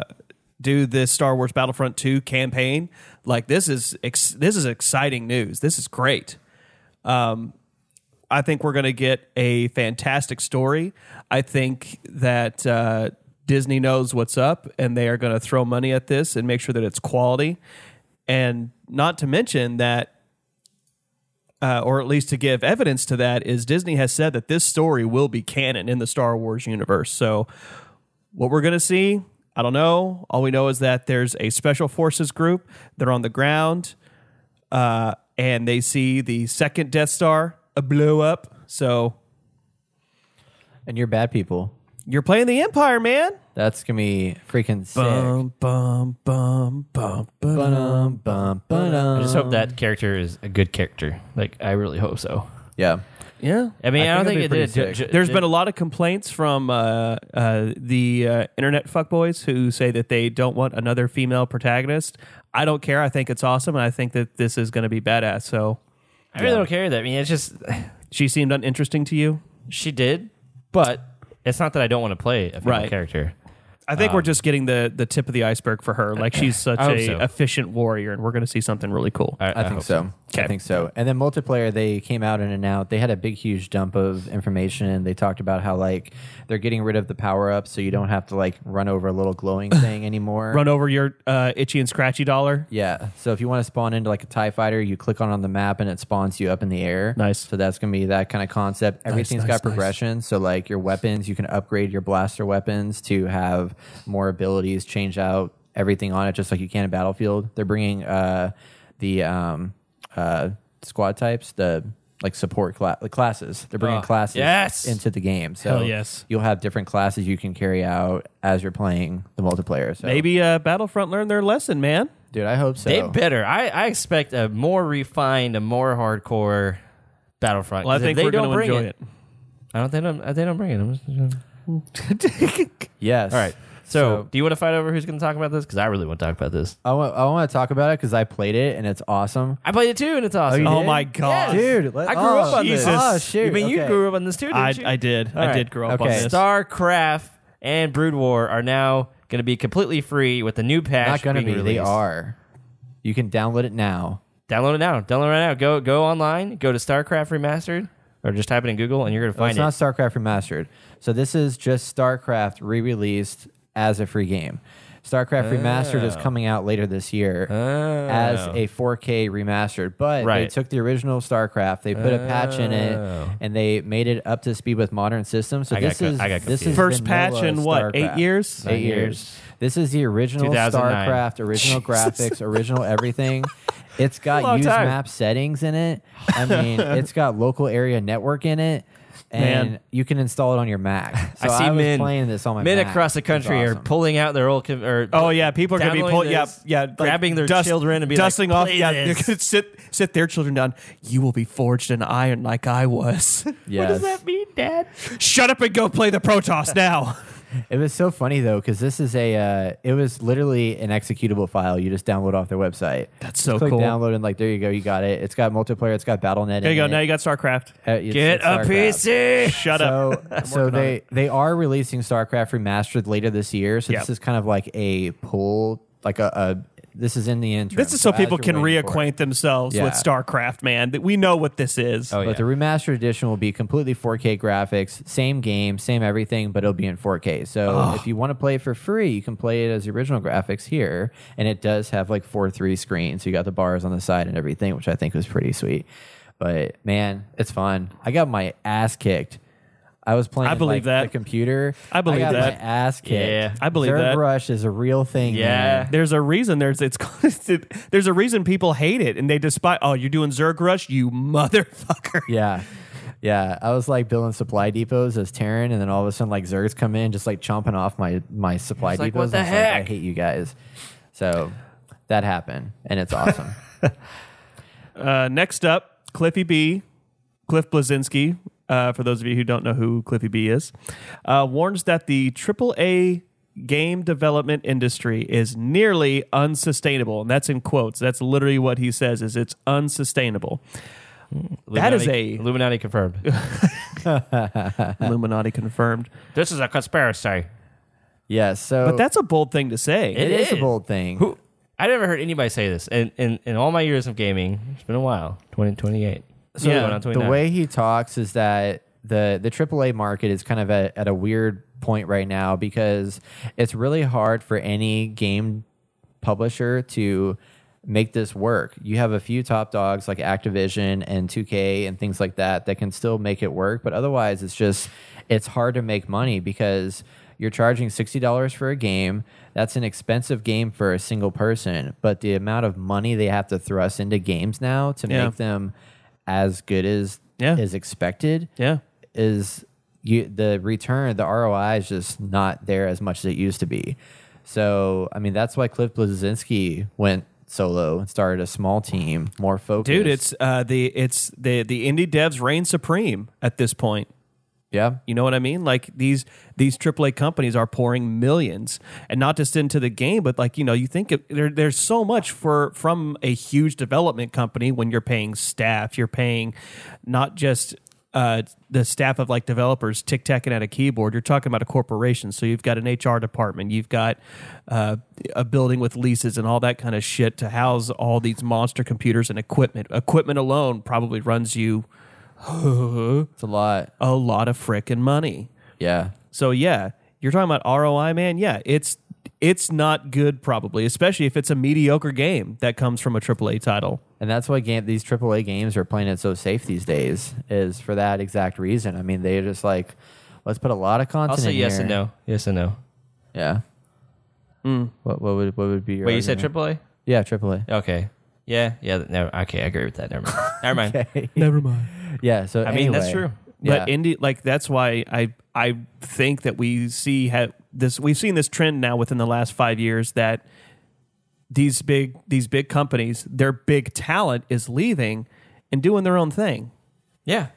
S3: do this Star Wars Battlefront Two campaign, like this is ex- this is exciting news. This is great. Um, I think we're going to get a fantastic story. I think that uh, Disney knows what's up and they are going to throw money at this and make sure that it's quality. And not to mention that, uh, or at least to give evidence to that, is Disney has said that this story will be canon in the Star Wars universe. So, what we're going to see, I don't know. All we know is that there's a special forces group, they're on the ground uh, and they see the second Death Star uh, blow up. So
S1: And you're bad people.
S3: you're playing the Empire, man.
S1: That's going to be freaking sick.
S3: Bum bum bum bum bum.
S1: Ba-dum, bum, ba-dum.
S2: I just hope that character is a good character. Like, I really hope so.
S1: Yeah.
S3: Yeah.
S2: I mean,
S1: I
S2: I, don't
S1: think it'd
S2: think it
S1: be
S2: did.
S1: pretty sick.
S3: There's been a lot of complaints from uh, uh, the uh, internet fuckboys who say that they don't want another female protagonist. I don't care. I think it's awesome, and I think that this is going to be badass. So
S2: I really don't care that. I mean, it's just
S3: she seemed uninteresting to you.
S2: she did, but it's not that I don't want to play a female
S3: Right.
S2: character.
S3: I think we're just getting the the tip of the iceberg for her. Like she's such
S2: I hope
S3: a
S2: so.
S3: efficient warrior, and we're going to see something really cool.
S2: I,
S1: I, think
S2: hope
S1: so. I
S3: Okay.
S1: think so. And then multiplayer, they came out in and out. They had a big, huge dump of information. They talked about how like they're getting rid of the power up, so you don't have to like run over a little glowing thing anymore.
S3: Run over your uh, itchy and scratchy dollar.
S1: Yeah. So if you want to spawn into like a Tie Fighter, you click on on the map and it spawns you up in the air.
S3: Nice.
S1: So that's gonna be that kind of concept. Everything's
S3: nice,
S1: got progression. So like your weapons, you can upgrade your blaster weapons to have more abilities, change out everything on it, just like you can in Battlefield. They're bringing uh, the um, uh, squad types, the like support cla- like classes. They're bringing
S2: Oh,
S1: classes
S2: yes!
S1: into the game. So
S3: Hell yes.
S1: you'll have different classes you can carry out as you're playing the multiplayer. So
S3: Maybe uh, Battlefront learned their lesson, man.
S1: dude, I hope so.
S2: They better. I, I expect a more refined, a more hardcore Battlefront.
S3: Well, I
S2: 'Cause if
S3: think
S2: they
S3: we're going
S2: don't
S3: to
S2: bring
S3: enjoy it.
S2: I don't. They don't. They don't bring it. I'm just,
S1: Yes.
S2: all right. So, do you want to fight over who's going to talk about this? Because I really want to talk about this.
S1: I want, I want to talk about it because I played it and it's awesome.
S2: I played it too, and it's awesome.
S1: you
S3: Oh
S1: did?
S3: my god,
S1: Dude, let-
S2: I grew
S1: oh,
S2: up on
S3: Jesus.
S2: this.
S1: Oh, shoot.
S2: I mean, you
S1: okay.
S2: grew up on this too, didn't
S3: I,
S2: you?
S3: I did. I
S2: All right.
S3: did grow up
S1: Okay.
S3: on this.
S2: StarCraft and Brood War are now going to be completely free with the new patch.
S1: Not going to
S2: being
S1: be. They
S2: released.
S1: are. You can download it now.
S2: Download it now. Download it right now. Go go online. Go to StarCraft Remastered, or just type it in Google, and you're going to
S1: Well,
S2: find
S1: it's
S2: it.
S1: not StarCraft Remastered. So this is just StarCraft re-released as a free game. StarCraft Remastered
S2: Oh.
S1: is coming out later this year as a 4K remastered, but they
S2: Right. Oh.
S1: took the original StarCraft, they put a patch in it, and they made it up to speed with modern systems. So
S2: I got
S1: this
S2: co-
S1: is
S2: I got
S1: this is
S2: confused.
S3: First
S1: vanilla
S3: patch in what, eight
S1: StarCraft.
S3: years?
S1: Eight
S2: Nine
S1: years.
S2: years.
S1: This is the original
S2: 2009.
S1: StarCraft, original graphics, original everything. It's got
S2: Long
S1: used
S2: time.
S1: map settings in it. I mean, it's got local area network in it. and
S3: Man.
S1: you can install it on your Mac. So
S2: I see
S1: was
S2: men
S1: playing this on my
S2: men
S1: Mac.
S2: across the
S1: It's
S2: country are
S1: awesome.
S2: pulling out their old com- or
S3: Oh yeah, people are going to be
S2: downloading
S3: pulling. Yeah,
S2: this,
S3: yeah, like
S2: grabbing their
S3: dust-
S2: children and be
S3: dusting
S2: like,
S3: off.
S2: "Play
S3: Yeah,
S2: this."
S3: you're gonna sit sit their children down. You will be forged in iron like I was.
S1: Yes.
S2: mean, Dad?
S3: Shut up and go play the Protoss now.
S1: It was so funny though, because this is a uh, it was literally an executable file you just download off their website.
S3: That's so
S1: Click
S3: cool.
S1: download and like there you go, you got it. It's got multiplayer, it's got BattleNet.
S3: There you
S1: in
S3: go.
S1: it.
S3: Now you got StarCraft.
S1: Uh, it's-
S2: Get
S1: it's
S2: a
S1: StarCraft.
S2: PC.
S3: Shut up.
S1: So, so they they are releasing StarCraft remastered later this year. So
S3: Yep.
S1: this is kind of like a pull, like a, a this is in the interim.
S3: This is so
S1: as
S3: people
S1: you're
S3: can
S1: waiting for it.
S3: reacquaint themselves
S1: Yeah. Oh,
S3: with StarCraft, man. That we know what this is.
S1: but the remastered edition will be completely 4K graphics, same game, same everything, but it'll be in 4K. So if you want to play it for free, you can play it as the original graphics here, and it does have like four three screen, so you got the bars on the side and everything, which I think was pretty sweet. But man, it's fun. I got my ass kicked. I was playing.
S3: I believe
S1: like,
S3: that.
S1: the computer.
S3: I believe
S1: got
S3: that.
S1: My ass kicked.
S2: Yeah,
S3: I believe that.
S1: Rush is a real thing.
S2: Yeah.
S1: man.
S3: There's a reason. There's it's there's a reason people hate it and they despise. Oh, you're doing Zerg Rush, you motherfucker.
S1: Yeah. Yeah. I was like building supply depots as Terran, and then all of a sudden, like Zergs come in, just like chomping off my my supply
S2: like,
S1: depots.
S2: "What
S1: and
S2: the
S1: I was like,
S2: heck?"
S1: I hate you guys. So that happened, and it's awesome.
S3: Uh, next up, Cliffy B, Cliff Blazinski. Uh, for those of you who don't know who Cliffy B is, uh, warns that the AAA game development industry is nearly unsustainable, and that's in quotes. That's literally what he says: is it's unsustainable. That is
S2: Illuminati-
S3: a-
S2: Illuminati confirmed.
S3: Illuminati confirmed.
S2: this is a conspiracy.
S1: yeah. So
S3: But that's a bold thing to say.
S1: it is a
S2: is.
S1: bold thing.
S2: Who? I never heard anybody say this. In, in, in all my years of gaming, it's been a while. 20, 28. So
S3: Yeah,
S2: going on
S1: the
S2: 29.
S1: way he talks is that the the AAA market is kind of at, at a weird point right now because it's really hard for any game publisher to make this work. You have a few top dogs like Activision and 2K and things like that that can still make it work, but otherwise it's just it's hard to make money because you're charging $60 for a game. That's an expensive game for a single person, but the amount of money they have to thrust into games now to
S3: Yeah.
S1: make them as good as
S3: Yeah.
S1: is expected
S3: Yeah.
S1: is you the return the ROI is just not there as much as it used to be. So I mean that's why Cliff Blazinski went solo and started a small team, more focused.
S3: Dude, it's uh, the it's the the indie devs reign supreme at this point.
S1: yeah.
S3: You know what I mean? Like these these AAA companies are pouring millions, and not just into the game, but like you know, you think of, there, there's so much for from a huge development company when you're paying staff, you're paying not just uh, the staff of like developers tick tacking at a keyboard. You're talking about a corporation, so you've got an HR department, you've got uh, a building with leases and all that kind of shit to house all these monster computers and equipment. Equipment alone probably runs you
S1: It's a lot.
S3: a lot of frickin' money.
S1: Yeah.
S3: So yeah, you're talking about ROI, man. Yeah, it's it's not good probably, especially if it's a mediocre game that comes from a AAA title.
S1: And that's why game these AAA games are playing it so safe these days is for that exact reason. I mean, they're just like, let's put a lot of content.
S2: I'll say
S1: in
S2: yes
S1: here.
S2: and no. Yes and no.
S1: Yeah.
S3: Hmm.
S1: What what would what would be your
S2: Wait, you said
S1: argument?
S2: AAA?
S1: Yeah, AAA.
S2: Okay. Yeah. Yeah. th- No, okay. I agree with that. Never mind. Never mind.
S3: Never mind.
S1: Yeah. So
S2: I mean, that's
S1: anyway.
S2: true.
S1: Yeah.
S3: But indie, like that's why I I think that we see ha- this. We've seen this trend now within the last five years that these big these big companies, their big talent is leaving and doing their own thing.
S2: Yeah.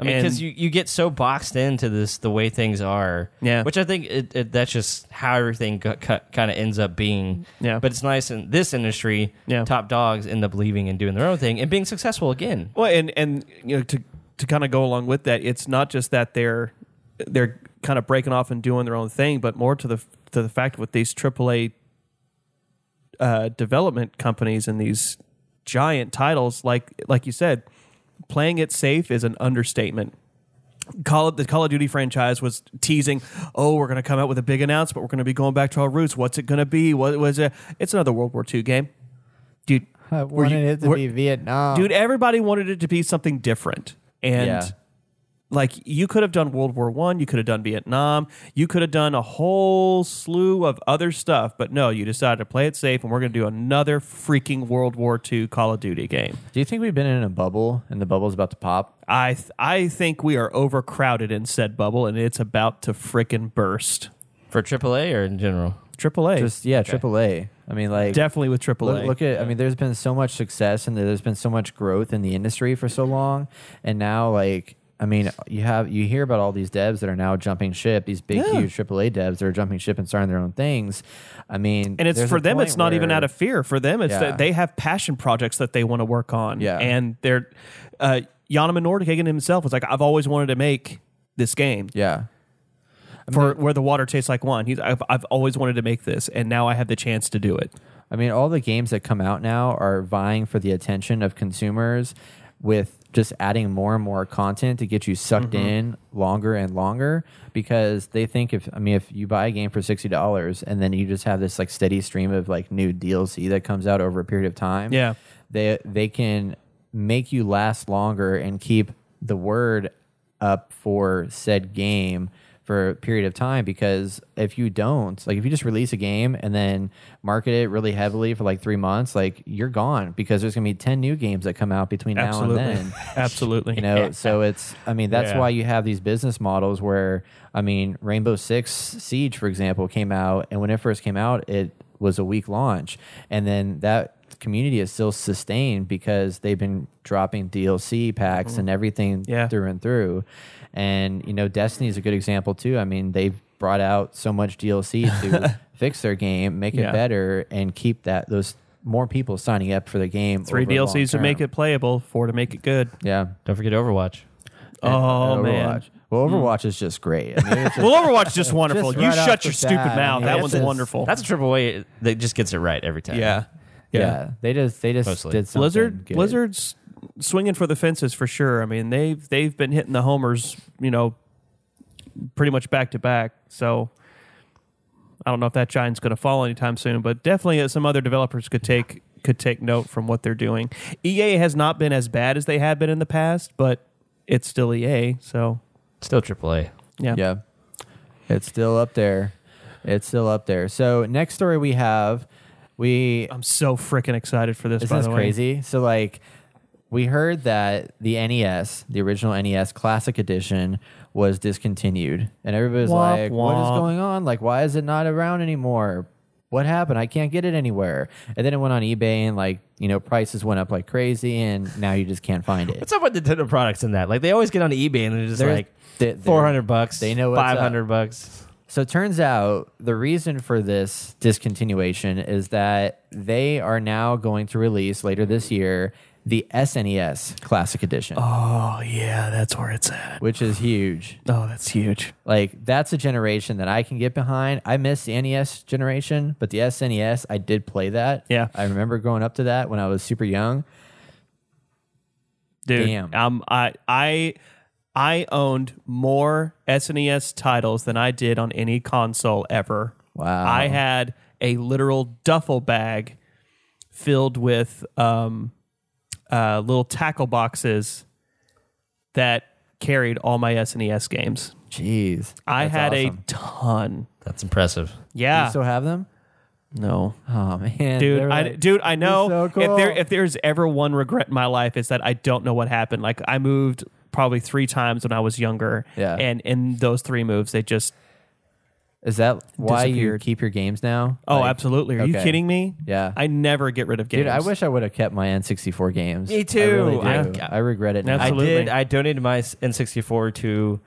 S2: I mean,
S3: And-
S2: because you, you get so boxed into this, the way things are.
S3: Yeah.
S2: Which I think it, it, that's just how everything go, kind of ends up being.
S3: Yeah.
S2: But it's nice in this industry,
S3: Yeah.
S2: top dogs end up leaving and doing their own thing and being successful again.
S3: Well, and and you know to to kind of go along with that, it's not just that they're they're kind of breaking off and doing their own thing, but more to the to the fact with these AAA uh, development companies and these giant titles, like like you said, playing it safe is an understatement. Call it the Call of Duty franchise was teasing. Oh, we're going to come out with a big announcement. We're going to be going back to our roots. What's it going to be? What was it? It's another World War II game, dude.
S1: I
S3: were you-
S1: wanted it to
S3: were-
S1: be Vietnam.
S3: dude everybody wanted it to be something different and
S1: Oh. Yeah.
S3: Like you could have done World War One, you could have done Vietnam, you could have done a whole slew of other stuff, but no, you decided to play it safe, and we're going to do another freaking World War II Call of Duty game.
S1: Do you think we've been in a bubble and the bubble's about to pop?
S3: I th- I think we are overcrowded in said bubble, and it's about to frickin' burst.
S2: for AAA or in general?
S3: AAA,
S1: Just yeah, AAA. I mean, like
S3: definitely with AAA.
S1: Look, look at, I mean, there's been so much success and there's been so much growth in the industry for so long, and now like, I mean, you have you hear about all these devs that are now jumping ship, these big
S3: Yeah.
S1: huge AAA devs that are jumping ship and starting their own things. I mean,
S3: and it's
S1: there's
S3: for
S1: a
S3: them
S1: point
S3: it's not even
S1: where-
S3: out of fear for them it's
S1: Yeah.
S3: that they have passion projects that they want to work on
S1: Yeah.
S3: and they're uh Yanaman Nordhagen himself was like I've always wanted to make this game
S1: yeah.
S3: for where the water tastes like wine he's I've, I've always wanted to make this and now I have the chance to do it
S1: I mean, all the games that come out now are vying for the attention of consumers with just adding more and more content to get you sucked in longer and longer because they think if I mean if you buy a game for $60 and then you just have this like steady stream of like new DLC that comes out over a period of time.
S3: Yeah.
S1: They they can make you last longer and keep the word up for said game for a period of time because if you don't like if you just release a game and then market it really heavily for like three months like you're gone because there's going to be 10 new games that come out between now
S3: absolutely
S1: and then
S3: absolutely
S1: you know so it's i mean that's
S3: Yeah.
S1: why you have these business models where i mean rainbow six siege for example came out and when it first came out it was a week launch and then that community is still sustained because they've been dropping dlc packs and everything
S3: Mm. Yeah.
S1: through and through and you know destiny is a good example too i mean they've brought out so much dlc to fix their game make
S3: Yeah.
S1: it better and keep that those more people signing up for the game
S3: three
S1: over long
S3: DLCs to
S1: term.
S3: make it playable four to make it good
S1: yeah
S2: Don't forget Overwatch.
S1: and-
S3: Oh,
S1: and
S3: man.
S1: Overwatch. Well, Overwatch is just great. I mean, it's just-
S3: well Overwatch is just wonderful
S1: Just
S3: you
S1: right off
S3: shut
S1: the
S3: your stupid
S1: bat,
S3: mouth
S1: I mean,
S3: that
S1: it's
S3: one's
S1: just-
S3: wonderful
S2: That's a AAA that just gets it right every time.
S3: yeah
S1: yeah. they just they just
S2: Mostly.
S1: did something.
S3: Blizzard
S1: good.
S3: Blizzard's swinging for the fences for sure. I mean, they've they've been hitting the homers, you know, pretty much back to back. So I don't know if that giant's going to fall anytime soon, but definitely uh, some other developers could take could take note from what they're doing. EA has not been as bad as they have been in the past, but it's still EA. So
S2: Still AAA.
S3: yeah,
S1: Yeah, it's still up there. It's still up there. So next story we have, we
S3: I'm so freaking excited for this.
S1: This
S3: by
S1: is
S3: the way.
S1: crazy. So like we heard that the NES, the original NES Classic Edition, was discontinued, and everybody's
S3: Womp
S1: like, "What is
S3: womp."
S1: going on? Like, why is it not around anymore? What happened? I can't get it anywhere." And then it went on eBay, and like you know, prices went up like crazy, and now you just can't find it.
S2: What's up with Nintendo products in that? Like they always get on eBay and they're just
S1: There's-
S2: like
S1: they- they're-
S2: four hundred bucks.
S1: they know what's up.
S2: five hundred bucks.
S1: So it turns out the reason for this discontinuation is that they are now going to release later this year the SNES Classic Edition,
S3: Oh yeah, that's where it's at.
S1: which is huge.
S3: Oh, that's huge.
S1: Like that's a generation that I can get behind. I miss the NES generation, but the SNES, I did play that.
S3: Yeah.
S1: I remember growing up to that when I was super young.
S3: dude.
S1: Damn.
S3: Um, I I I owned more SNES titles than I did on any console ever.
S1: Wow.
S3: I had a literal duffel bag filled with um, uh, little tackle boxes that carried all my SNES games.
S1: Jeez.
S3: I
S1: That's
S3: had
S1: awesome.
S3: a ton.
S2: That's impressive.
S1: Do
S3: Yeah.
S1: you still have them?
S3: no.
S1: Oh man, They
S3: Dude,
S1: were
S3: I,
S1: like-
S3: dude, I know.
S1: so
S3: If there,
S1: cool.
S3: if there's ever one regret in my life, it's that I don't know what happened. Like I moved probably three times when I was younger,
S1: Yeah.
S3: and in those three moves, they just.
S1: Is that why you
S3: disappeared.
S1: keep your games now?
S3: Oh,
S1: Like,
S3: absolutely! Are you
S1: okay.
S3: kidding me?
S1: Yeah.
S3: I never get rid of games.
S1: Dude, I wish I would have kept my N64 games.
S2: Me
S1: I, really
S2: too.
S1: do.
S2: I-
S1: I regret it now.
S3: Absolutely.
S2: I did. I donated my N64 to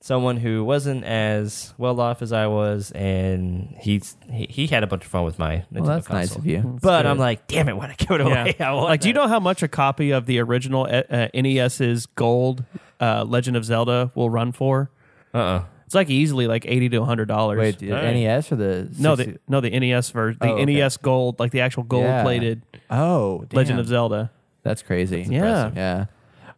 S2: someone who wasn't as well off as I was, and he's he, he had a bunch of fun with my. Nintendo
S1: Well, that's
S2: console.
S1: nice of you.
S2: But I'm like, damn it, why did I give it away?
S3: Yeah.
S2: I want
S3: like, do you
S2: that.
S3: know how much a copy of the original uh, uh, NES's gold uh, Legend of Zelda will run for?
S2: Uh-uh.
S3: It's like easily like eighty to hundred dollars.
S1: Wait, the
S2: Dang.
S1: NES or the
S3: no,
S1: 60
S3: the no the NES version, the
S1: Oh, okay.
S3: NES gold, like the actual gold plated
S1: Yeah. Oh, damn.
S3: Legend of Zelda.
S1: That's crazy.
S3: Yeah.
S1: Yeah.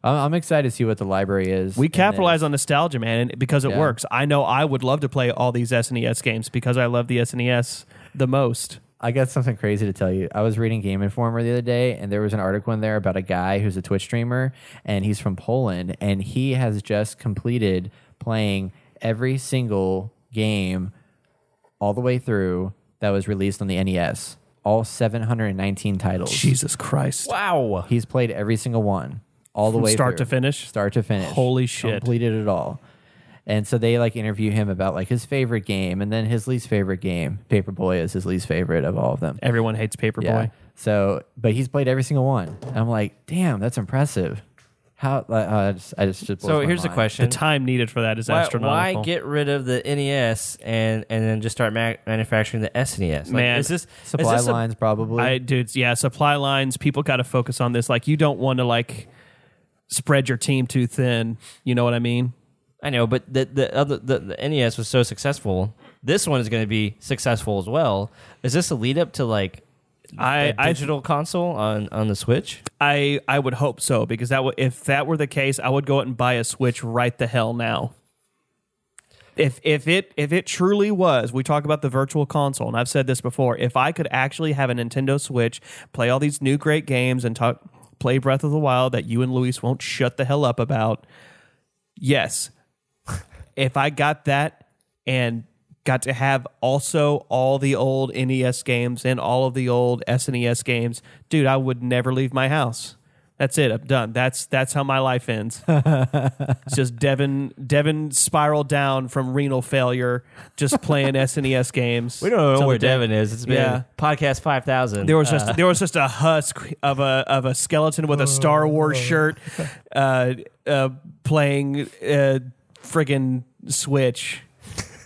S1: I'm, I'm excited to see what the library is.
S3: We
S1: and then-
S3: capitalize on nostalgia, man, and because it
S1: Yeah.
S3: E works. I know I would love to play all these SNES games because I love E the SNES the most.
S1: I got something crazy to tell you. I was reading Game Informer the other day, and there was an article in there about a guy who's a Twitch streamer, and he's from Poland, and he has just completed playing every single game all the way through that was released on the NES, all 719 titles.
S3: Jesus Christ.
S2: Wow.
S1: He's played every single one, all the
S3: From
S1: way
S3: start
S1: through.
S3: to finish?
S1: Start to finish.
S3: Holy shit.
S1: Completed it all. And so they like interview him about like his favorite game and then his least favorite game. Paperboy is his least favorite of all of them.
S3: Everyone hates Paperboy.
S1: Yeah. So, but he's played every single one. And I'm like, damn, that's impressive. How? Uh, I just, I just. it blows
S2: So
S1: my
S2: here's the
S1: mind.
S2: question.
S3: The time needed for that is
S2: why,
S3: astronomical.
S2: why get rid of the NES and and then just start ma- manufacturing the SNES? Like,
S3: Man,
S2: is this is
S1: Supply
S2: this a-
S1: lines, probably.
S3: I dude, yeah, supply lines. People got to focus on this. Like, you don't want to like spread your team too thin. You know what I mean?
S2: I know, but the the other the, the NES was so successful. This one is going to be successful as well. Is this a lead up to like
S3: I
S2: a
S3: I
S2: digital console on on the Switch?
S3: I I would hope so because that would if that were the case, I would go out and buy a Switch right the hell now. If if it if it truly was, we talk about the virtual console, and I've said this before. If I could actually have a Nintendo Switch, play all these new great games, and talk play Breath of the Wild that you and Luis won't shut the hell up about, yes. if I got that and got to have also all the old NES games and all of the old SNES games, dude, I would never leave my house. That's it. I'm done. That's that's how my life ends. it's just Devin Devin spiraled down from renal failure, just playing SNES games. Till the day-
S2: is. It's
S3: been Yeah.
S2: podcast five thousand.
S3: There was just there was just a husk of a of a skeleton with a Star Wars shirt, uh, uh, playing uh, friggin' Switch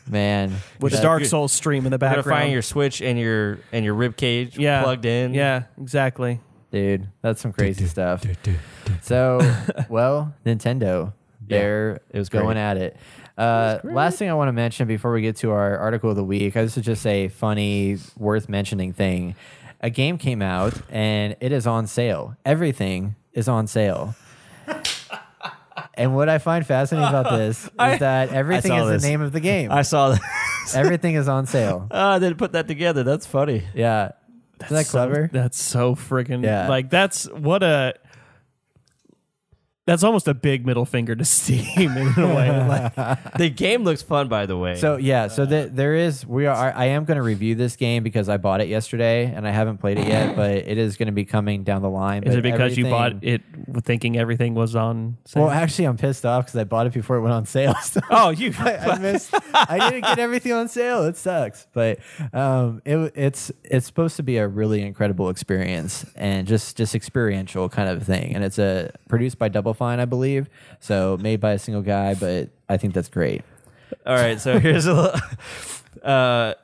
S1: Man,
S3: with
S1: that-
S3: Dark Souls stream in
S2: You're
S3: the background.
S2: find your Switch and your and your rib cage
S3: yeah.
S2: plugged in.
S3: Yeah, exactly.
S1: dude, that's some crazy stuff. So, well, Nintendo, they're
S2: it was
S1: going
S2: great.
S1: at it. Uh, last thing I want to mention before we get to our article of the week, uh, this is just a funny, worth mentioning thing. A game came out and it is on sale. Everything is on sale. and what I find fascinating about this is that everything
S2: saw
S1: is
S2: this.
S1: the name of the game.
S2: I saw that.
S1: everything is on sale.
S2: oh, they put that together. That's funny.
S1: Yeah. Isn't that
S3: So-
S1: clever?
S3: that's so friggin'
S1: Yeah.
S3: like that's what a that's almost a big middle finger to Steam in a way. Like,
S2: The game looks fun, by the way.
S1: So yeah, so the, there is we are. I am going to review this game because I bought it yesterday and I haven't played it yet, but it is going to be coming down the line.
S3: is
S1: But
S3: it because you bought
S1: everything-
S3: it thinking everything was on? Sale?
S1: Well, actually, I'm pissed off because I bought it before it went on sale. So
S3: oh, you
S1: I missed. I didn't get everything on sale. It sucks, but um, it, it's it's supposed to be a really incredible experience and just just experiential kind of thing. And it's a produced by Double Fine, I believe. So made by a single guy, but I think that's great.
S2: All right, so here's a little, uh,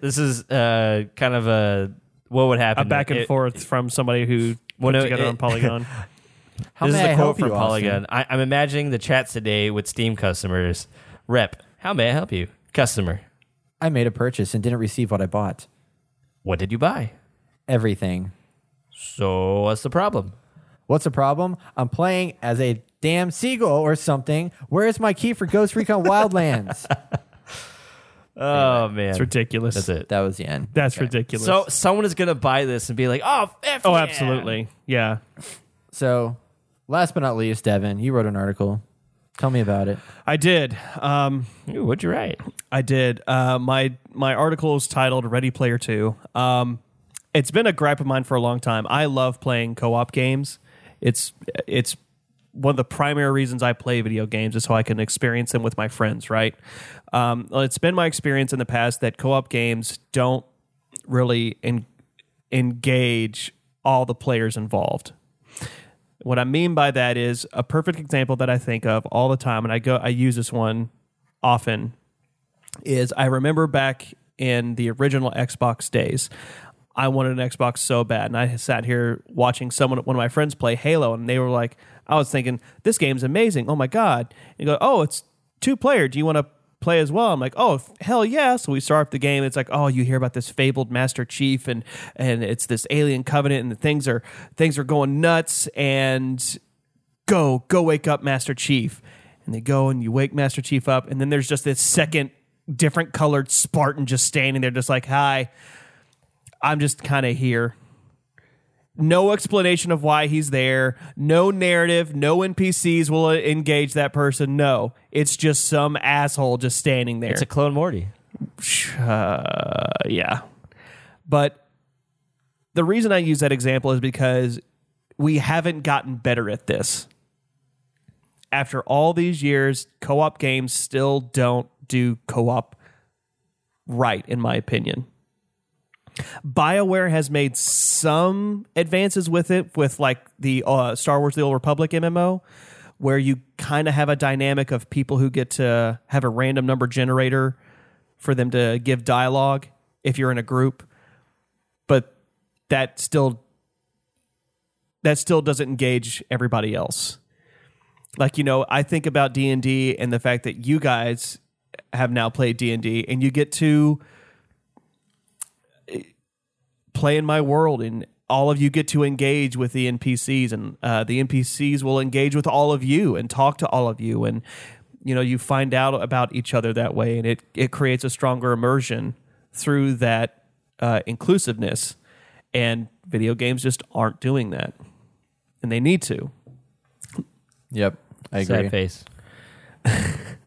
S2: this is uh, kind of a what would happen
S3: a back and
S2: It-
S3: forth from somebody who
S2: Well,
S3: went
S2: no,
S3: together
S2: it-
S3: on Polygon.
S1: How
S2: this
S1: may
S2: is
S1: I
S2: a
S1: help
S2: quote from
S1: you, Austin?
S2: Polygon. I, I'm imagining the chats today with Steam customers. Rep, how may I help you? Customer,
S1: I made a purchase and didn't receive what I bought.
S2: what did you buy?
S1: Everything.
S2: So what's the problem?
S1: What's the problem? I'm playing as a damn seagull or something. Where is my key for Ghost Recon Wildlands?
S2: Oh man,
S3: It's ridiculous.
S2: That's it.
S1: That was the end.
S3: That's ridiculous.
S2: So someone is gonna buy this and be like, oh, F
S3: oh,
S2: yeah."
S3: absolutely. Yeah.
S1: So, last but not least, Devin, you wrote an article. Tell me about it.
S3: I did. Um,
S2: Ooh, what'd you write?
S3: I did. Uh, my my article is titled "Ready Player 2. Um, it's been a gripe of mine for a long time. I love playing co-op games. It's it's one of the primary reasons I play video games is so I can experience them with my friends. Right. Um, well, it's been my experience in the past that co-op games don't really en- engage all the players involved. What I mean by that is a perfect example that I think of all the time, and I go I use this one often is I remember back in the original Xbox days, I wanted an Xbox so bad, and I sat here watching someone, one of my friends, play Halo, and they were like, "I was thinking this game's amazing. Oh my god!" And you go, "Oh, it's two player. Do you want to play as well?" I'm like, "Oh, f- hell yeah!" So we start up the game. It's like, "Oh, you hear about this fabled Master Chief, and and it's this alien covenant, and the things are things are going nuts, and go, go wake up Master Chief. And they go and you wake Master Chief up, and then there's just this second different colored Spartan just standing there, just like, hi. I'm just kind of here. No explanation of why he's there. No narrative. No NPCs will uh, engage that person. No, it's just some asshole just standing there.
S2: It's a clone Morty.
S3: uh, yeah. But the reason I use that example is because we haven't gotten better at this. After all these years, co op games still don't do co op right, in my opinion. BioWare has made some advances with it, with like the uh, Star Wars The Old Republic MMO, where you kind of have a dynamic of people who get to have a random number generator for them to give dialogue if you're in a group. But that still that still doesn't engage everybody else. Like you know, I think about D and D and the fact that you guys have now played D and D, and you get to play in my world and all of you get to engage with the npcs and uh, the npcs will engage with all of you and talk to all of you and you know you find out about each other that way and it, it creates a stronger immersion through that uh, inclusiveness and video games just aren't doing that and they need to
S1: Yep, I agree.
S2: Sad face.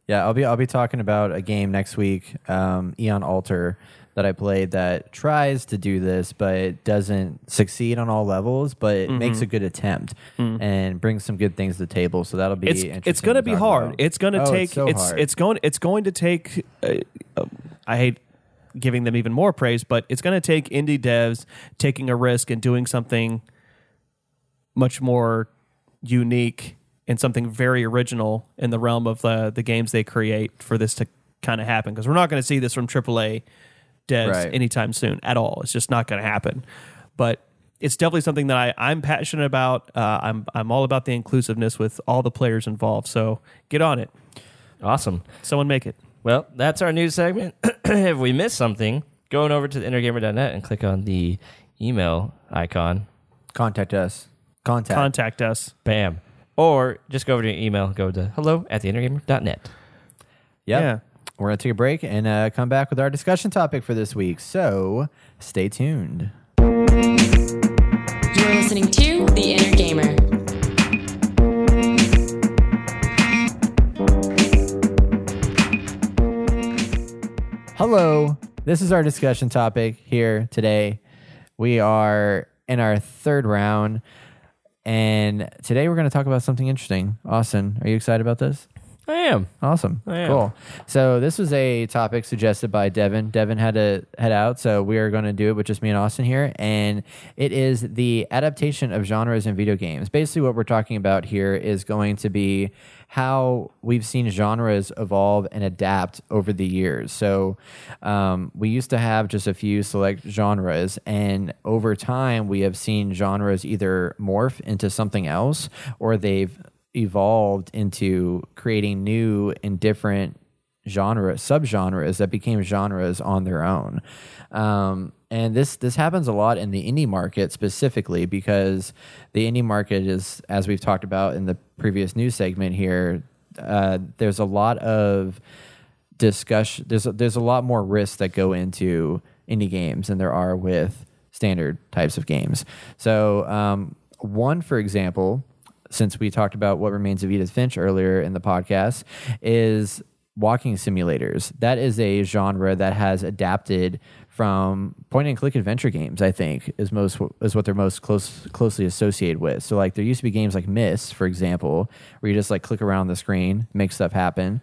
S1: Yeah, I'll be I'll be talking about a game next week, um, Eon Alter, that I played that tries to do this, but it doesn't succeed on all levels, but it
S3: Mm-hmm.
S1: makes a good attempt and brings some good things to the table. So that'll be
S3: Mm. it's
S1: interesting.
S3: it's going to be
S1: talk
S3: hard.
S1: about.
S3: It's going to
S1: Oh,
S3: take
S1: so
S3: it's
S1: hard.
S3: it's going it's going to take. Uh, um, I hate giving them even more praise, but it's going to take indie devs taking a risk and doing something much more unique and something very original in the realm of uh, the the games they create for this to kind of happen. Because we're not going to see this from AAA devs
S1: Right.
S3: anytime soon at all. It's just not going to happen. But it's definitely something that I, I'm passionate about. Uh, I'm I'm all about the inclusiveness with all the players involved. So get on it.
S2: Awesome.
S3: Someone make it.
S2: Well, that's our news segment. if we miss something, go on over to the innergamer.net and click on the email icon.
S1: contact us. Contact.
S3: Contact us.
S2: Bam. Or just go over to your email, go to hello at the innergamer.net.
S1: Yep.
S3: Yeah.
S1: We're gonna take a break and uh, come back with our discussion topic for this week. So stay tuned.
S4: You're listening to The Inner Gamer.
S1: Hello. This is our discussion topic here today. We are in our third round, and today we're going to talk about something interesting. Austin, are you excited about this?
S2: I am.
S1: Awesome.
S2: am.
S1: Cool. So this was a topic suggested by Devin. Devin had to head out, so we are going to do it with just me and Austin here. And it is the adaptation of genres in video games. Basically, what we're talking about here is going to be how we've seen genres evolve and adapt over the years. So um, we used to have just a few select genres, and over time, we have seen genres either morph into something else or they've evolved into creating new and different genre subgenres that became genres on their own. Um, and this this happens a lot in the indie market specifically because the indie market is, as we've talked about in the previous news segment here, uh, there's a lot of discussion. There's a, there's a lot more risks that go into indie games than there are with standard types of games. So um, one, for example, since we talked about what remains of Edith Finch earlier in the podcast, is walking simulators. That is a genre that has adapted from point and click adventure games. I think is most is what they're most close closely associated with. So like there used to be games like Miss, for example, where you just like click around the screen, make stuff happen.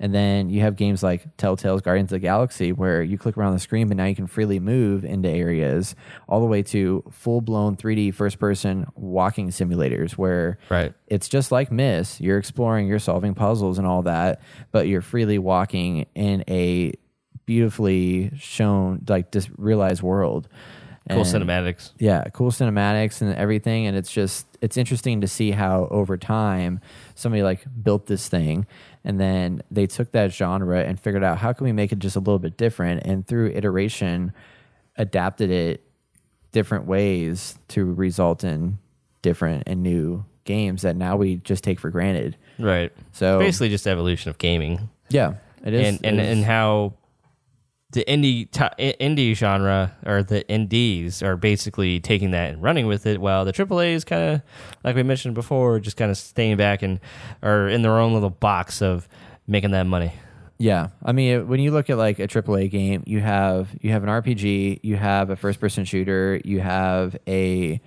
S1: And then you have games like Telltale's Guardians of the Galaxy, where you click around the screen, but now you can freely move into areas, all the way to full blown 3D first person walking simulators, where
S2: Right.
S1: it's just like Miss. You're exploring, you're solving puzzles and all that, but you're freely walking in a beautifully shown, like, just realized world.
S2: Cool
S1: And-
S2: cinematics.
S1: yeah, cool cinematics and everything. And it's just it's interesting to see how over time somebody like built this thing and then they took that genre and figured out how can we make it just a little bit different and through iteration adapted it different ways to result in different and new games that now we just take for granted.
S2: Right.
S1: So
S2: Basically, just the evolution of gaming
S1: yeah, it is
S2: and, and,
S1: it is-
S2: and how the indie ti- i- indie genre or the indies are basically taking that and running with it, while the AAA is kind of like we mentioned before, just kind of staying back and are in their own little box of making that money.
S1: Yeah, I mean, it- when you look at like a AAA game, you have you have an RPG, you have a first-person shooter, you have a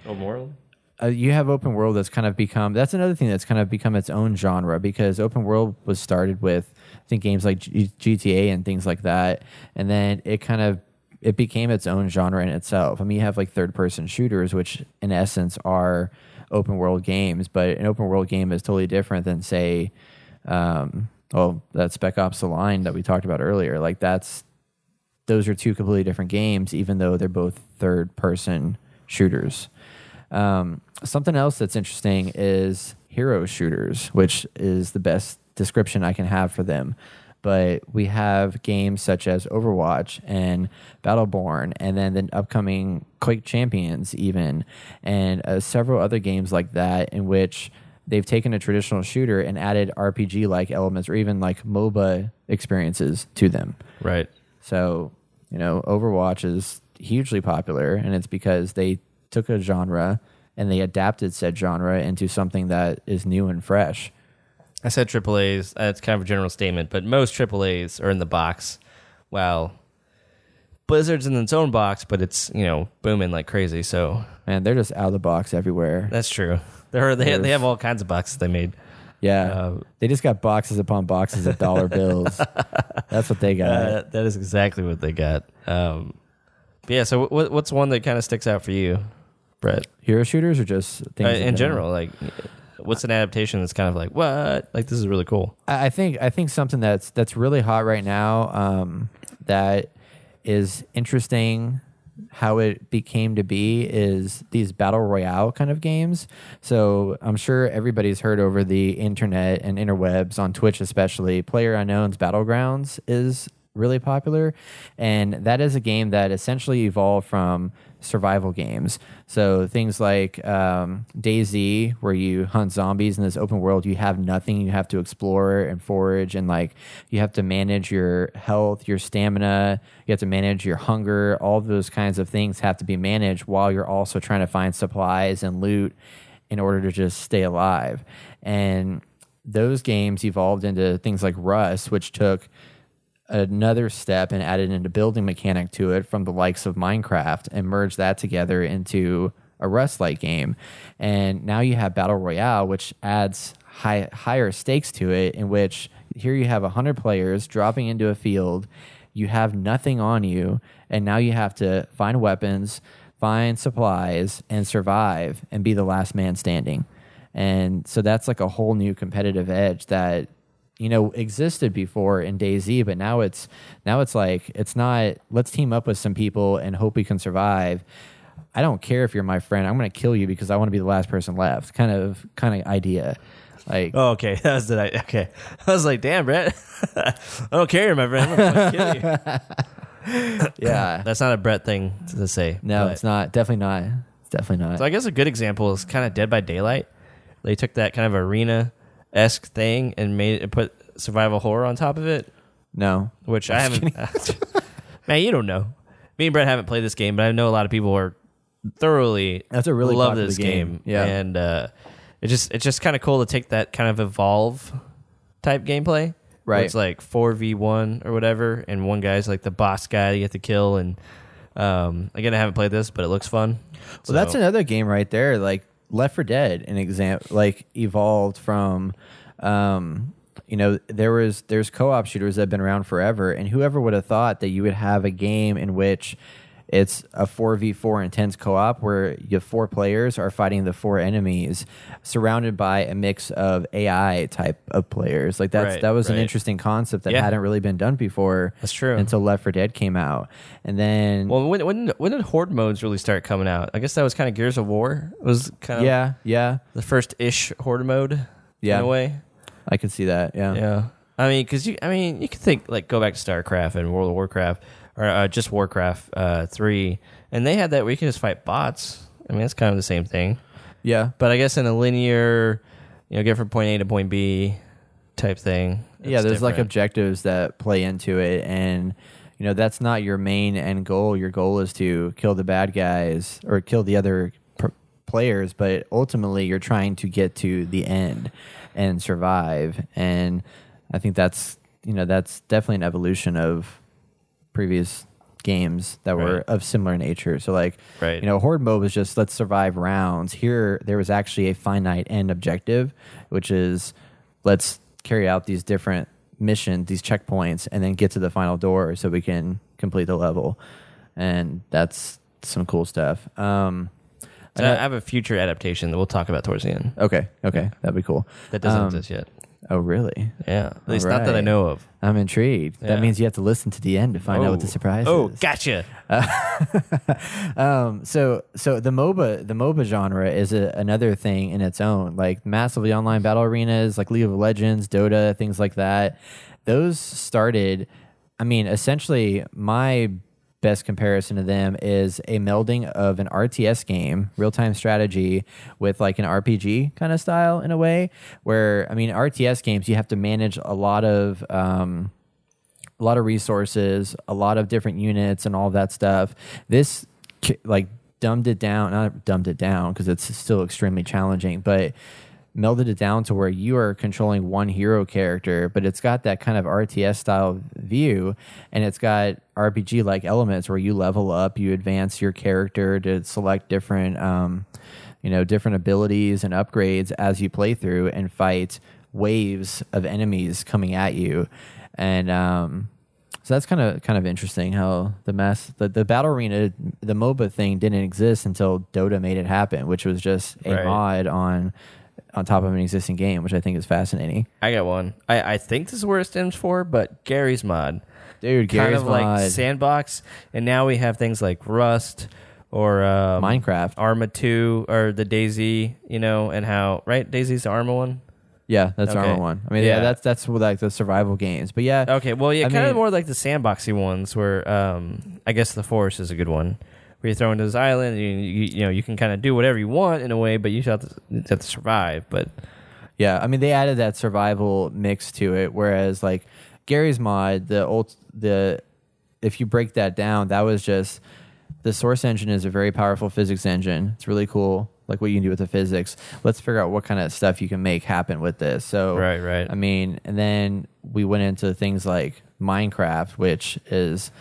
S1: uh, you have open world that's kind of become that's another thing that's kind of become its own genre because open world was started with I think games like G- GTA and things like that, and then it kind of it became its own genre in itself. I mean, you have like third person shooters, which in essence are open world games, but an open world game is totally different than say, um, well, that Spec Ops: The Line that we talked about earlier. Like that's those are two completely different games, even though they're both third person shooters. Um, something else that's interesting is hero shooters, which is the best description I can have for them. But we have games such as Overwatch and Battleborn, and then the upcoming Quake Champions, even, and uh, several other games like that, in which they've taken a traditional shooter and added RPG like elements or even like MOBA experiences to them.
S2: Right.
S1: So, you know, Overwatch is hugely popular, and it's because they took a genre and they adapted said genre into something that is new and fresh.
S2: I said AAA's. That's kind of a general statement, but most AAA's are in the box. Wow. Blizzard's in its own box, but it's you know booming like crazy. So
S1: Man, they're just out of the box everywhere.
S2: that's true. They're, they they have all kinds of boxes they made.
S1: Yeah.
S2: Uh,
S1: they just got boxes upon boxes of dollar bills. That's what they got.
S2: Uh, that is exactly what they got. Um, but yeah. So what what's one that kind of sticks out for you, Brett?
S1: Hero shooters are just
S2: Uh,
S1: things
S2: in general, like what's an adaptation that's kind of like what? Like this is really cool.
S1: I I think I think something that's that's really hot right now um, that is interesting how it became to be is these battle royale kind of games. So I'm sure everybody's heard over the internet and interwebs on Twitch especially Player Unknown's Battlegrounds is really popular and that is a game that essentially evolved from survival games so things like um, daisy where you hunt zombies in this open world you have nothing you have to explore and forage and like you have to manage your health your stamina you have to manage your hunger all those kinds of things have to be managed while you're also trying to find supplies and loot in order to just stay alive and those games evolved into things like rust which took another step and added in a building mechanic to it from the likes of Minecraft and merged that together into a Rust like game. And now you have Battle Royale, which adds high, higher stakes to it, in which here you have 100 players dropping into a field. You have nothing on you, and now you have to find weapons, find supplies, and survive and be the last man standing. And so that's like a whole new competitive edge that you know existed before in DayZ, but now it's now it's like it's not. Let's team up with some people and hope we can survive. I don't care if you're my friend. I'm going to kill you because I want to be the last person left. Kind of kind of idea. Like
S2: Oh, okay. That was the I Okay. I was like, damn, Brett. I don't care, my friend. I'm gonna fucking kill you.
S1: yeah,
S2: That's not a Brett thing to say.
S1: no,
S2: but-
S1: it's not. Definitely not. It's definitely not.
S2: So I guess a good example is kind of Dead by Daylight. They took that kind of arena esque thing and made it put survival horror on top of it,
S1: no.
S2: which I haven't. man, you don't know. Me and Brett haven't played this game, but I know a lot of people are thoroughly
S1: That's a really
S2: love
S1: popular
S2: this
S1: game.
S2: game.
S1: Yeah.
S2: and uh, it just it's just kind of cool to take that kind of evolve type gameplay. where
S1: Right.
S2: it's like four v one or whatever, and one guy's like the boss guy that you have to kill. And um, again, I haven't played this, but it looks fun.
S1: Well, that's another game right there. Like Left for Dead, an example, like evolved from, um, you know, there was there's co-op shooters that have been around forever, and whoever would have thought that you would have a game in which it's a 4v4 intense co-op where you four players are fighting the four enemies surrounded by a mix of AI type of players. Like that's
S2: Right,
S1: that was an
S2: right.
S1: interesting concept that
S2: Yeah.
S1: hadn't really been done before.
S2: That's true.
S1: Until Left for Dead came out. And then
S2: Well, when when when did horde modes really start coming out? I guess that was kind of Gears of War. was kind of
S1: yeah, yeah.
S2: the first ish horde mode.
S1: Yeah.
S2: in a way.
S1: I could see that.
S2: Yeah, I mean, because you, I mean, you could think like go back to StarCraft and World of Warcraft, or uh, just Warcraft uh, three, and they had that where you can just fight bots. I mean, that's kind of the same thing,
S1: Yeah.
S2: but I guess in a linear, you know, get from point A to point B type thing.
S1: yeah
S2: it's
S1: there's like
S2: different.
S1: objectives that play into it and you know that's not your main end goal. Your goal is to kill the bad guys or kill the other pr- players, but ultimately you're trying to get to the end and survive. And I think that's you know that's definitely an evolution of previous games that were
S2: Right.
S1: of similar nature. So like
S2: Right.
S1: you know horde mode was just let's survive rounds. Here there was actually a finite end objective, which is let's carry out these different missions, these checkpoints, and then get to the final door so we can complete the level. And that's some cool stuff. Um
S2: So I have a future adaptation that we'll talk about towards the end.
S1: okay, okay, that'd be cool.
S2: That doesn't
S1: Um,
S2: exist yet.
S1: Oh really?
S2: Yeah, at least not that I
S1: Alright.
S2: know of.
S1: I'm intrigued.
S2: Yeah.
S1: That means you have to listen to the end to find out what the
S2: Oh.
S1: surprise
S2: Oh,
S1: is.
S2: gotcha.
S1: Um, so so the MOBA the MOBA genre is a, another thing in its own, like massively online battle arenas, like League of Legends, Dota, things like that. Those started. I mean, essentially, my best comparison to them is a melding of an RTS game, real time strategy, with like an RPG kind of style in a way. Where I mean, RTS games you have to manage a lot of. Um, a lot of resources, a lot of different units, and all that stuff. This ki- like dumbed it down, not dumbed it down because it's still extremely challenging, but melded it down to where you are controlling one hero character, but it's got that kind of RTS style view, and it's got RPG like elements where you level up, you advance your character to select different. Um, you know, different abilities and upgrades as you play through and fight waves of enemies coming at you. And um, so that's kind of kind of interesting how the mass the, the battle arena the MOBA thing didn't exist until Dota made it happen, which was just a
S2: Right.
S1: mod on on top of an existing game, which I think is fascinating.
S2: I got one. I, I think this is where it stems for, but Gary's mod.
S1: Dude,
S2: kind
S1: Gary's
S2: of like
S1: Mod.
S2: sandbox, and now we have things like Rust or um,
S1: Minecraft.
S2: Arma Two, or the Daisy. You know, and how right Daisy's the Arma one.
S1: yeah, that's the
S2: Okay.
S1: armor one. I mean, yeah,
S2: Yeah.
S1: that's that's what, like the survival games. But yeah,
S2: Okay, well, yeah,
S1: I
S2: kind of
S1: mean-
S2: more like the sandboxy ones where um, I guess the forest is a good one. Where you're thrown into this island, and you, you, you know you can kind of do whatever you want in a way, but you still have to, you have to survive. But
S1: Yeah, I mean they added that survival mix to it, whereas like Gary's mod, the old the if you break that down, that was just the source engine is a very powerful physics engine. It's really cool, like what you can do with the physics. Let's figure out what kind of stuff you can make happen with this. So
S2: Right, right.
S1: I mean, and then we went into things like Minecraft, which is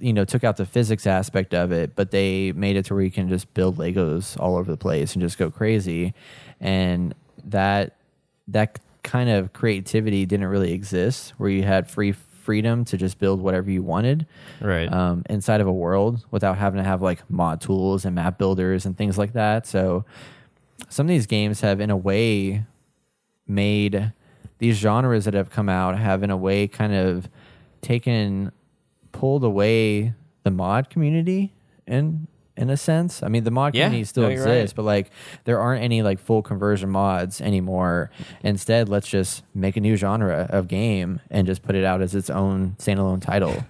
S1: you know took out the physics aspect of it but they made it to where you can just build legos all over the place and just go crazy and that that kind of creativity didn't really exist where you had free freedom to just build whatever you wanted
S2: Right.
S1: um, inside of a world without having to have like mod tools and map builders and things like that so some of these games have in a way made these genres that have come out have in a way kind of taken pulled away the mod community in in a sense. I mean the mod
S2: Yeah,
S1: community still
S2: no, you're
S1: exists,
S2: right.
S1: but like there aren't any like full conversion mods anymore. Instead, let's just make a new genre of game and just put it out as its own standalone title.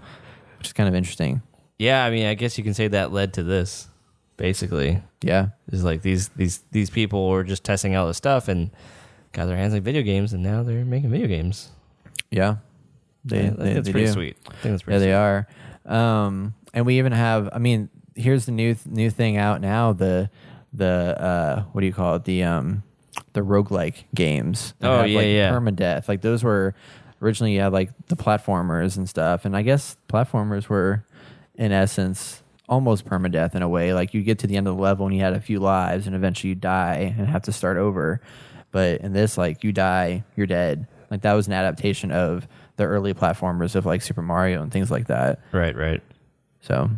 S1: Which is kind of interesting.
S2: yeah, I mean, I guess you can say that led to this, basically.
S1: Yeah.
S2: It's like these these these people were just testing out this stuff and got their hands on video games, and now they're making video games.
S1: Yeah. They,
S2: Yeah, I think that's pretty sweet. I think that's
S1: yeah,
S2: pretty
S1: they are. Um, and we even have. I mean, here's the new new thing out now. The the uh, what do you call it? The um, the roguelike games. that
S2: Oh,
S1: have,
S2: yeah,
S1: like,
S2: yeah.
S1: Permadeath. Like those were originally you had like the platformers and stuff. And I guess platformers were in essence almost permadeath in a way. Like you get to the end of the level and you had a few lives, and eventually you die and have to start over. But in this, like you die, you're dead. Like that was an adaptation of the early platformers of like Super Mario and things like that.
S2: sweet. Right, right.
S1: So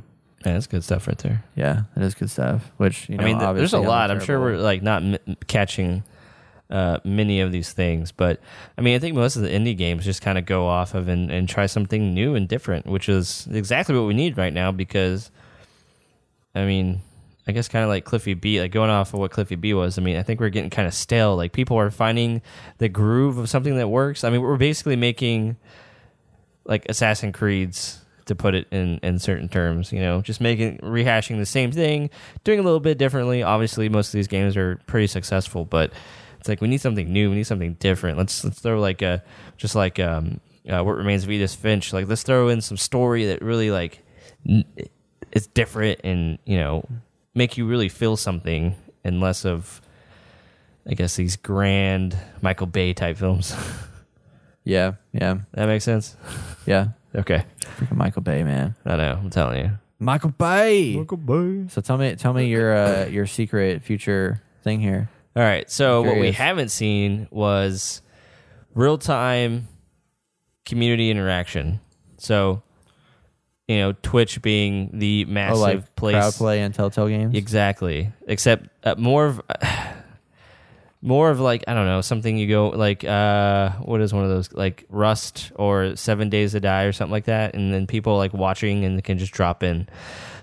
S2: Yeah, that's good stuff right there.
S1: yeah, that is good stuff. Which you know,
S2: I mean, th-
S1: obviously
S2: there's a
S1: on the
S2: lot. I'm sure
S1: terrible-
S2: we're like not m- catching uh, many of these things, but I mean, I think most of the indie games just kind of go off of and, and try something new and different, which is exactly what we need right now. Because, I mean, I guess kind of like Cliffy B, like going off of what Cliffy B was. I mean, I think we're getting kind of stale. Like people are finding the groove of something that works. I mean, we're basically making like Assassin Creeds to put it in in certain terms, you know, just making rehashing the same thing, doing a little bit differently. Obviously, most of these games are pretty successful, but it's like we need something new, we need something different. Let's let's throw like a just like um uh, what remains of Edith Finch. Like let's throw in some story that really like n- is different and you know make you really feel something and less of I guess these grand Michael Bay type films.
S1: Yeah, yeah,
S2: that makes sense.
S1: yeah.
S2: Okay,
S1: Freaking Michael Bay, man.
S2: I know. I'm telling you.
S1: Michael Bay.
S2: All
S1: So tell me, tell me your uh, your secret future thing here.
S2: right. So what we
S1: Curious.
S2: haven't seen was real time community interaction. So you know, Twitch being the massive
S1: oh, like
S2: place.
S1: crowd play and Telltale games.
S2: Exactly. Except uh, more of more of like I don't know something you go like uh what is one of those like Rust or Seven Days to Die or something like that, and then people like watching and can just drop in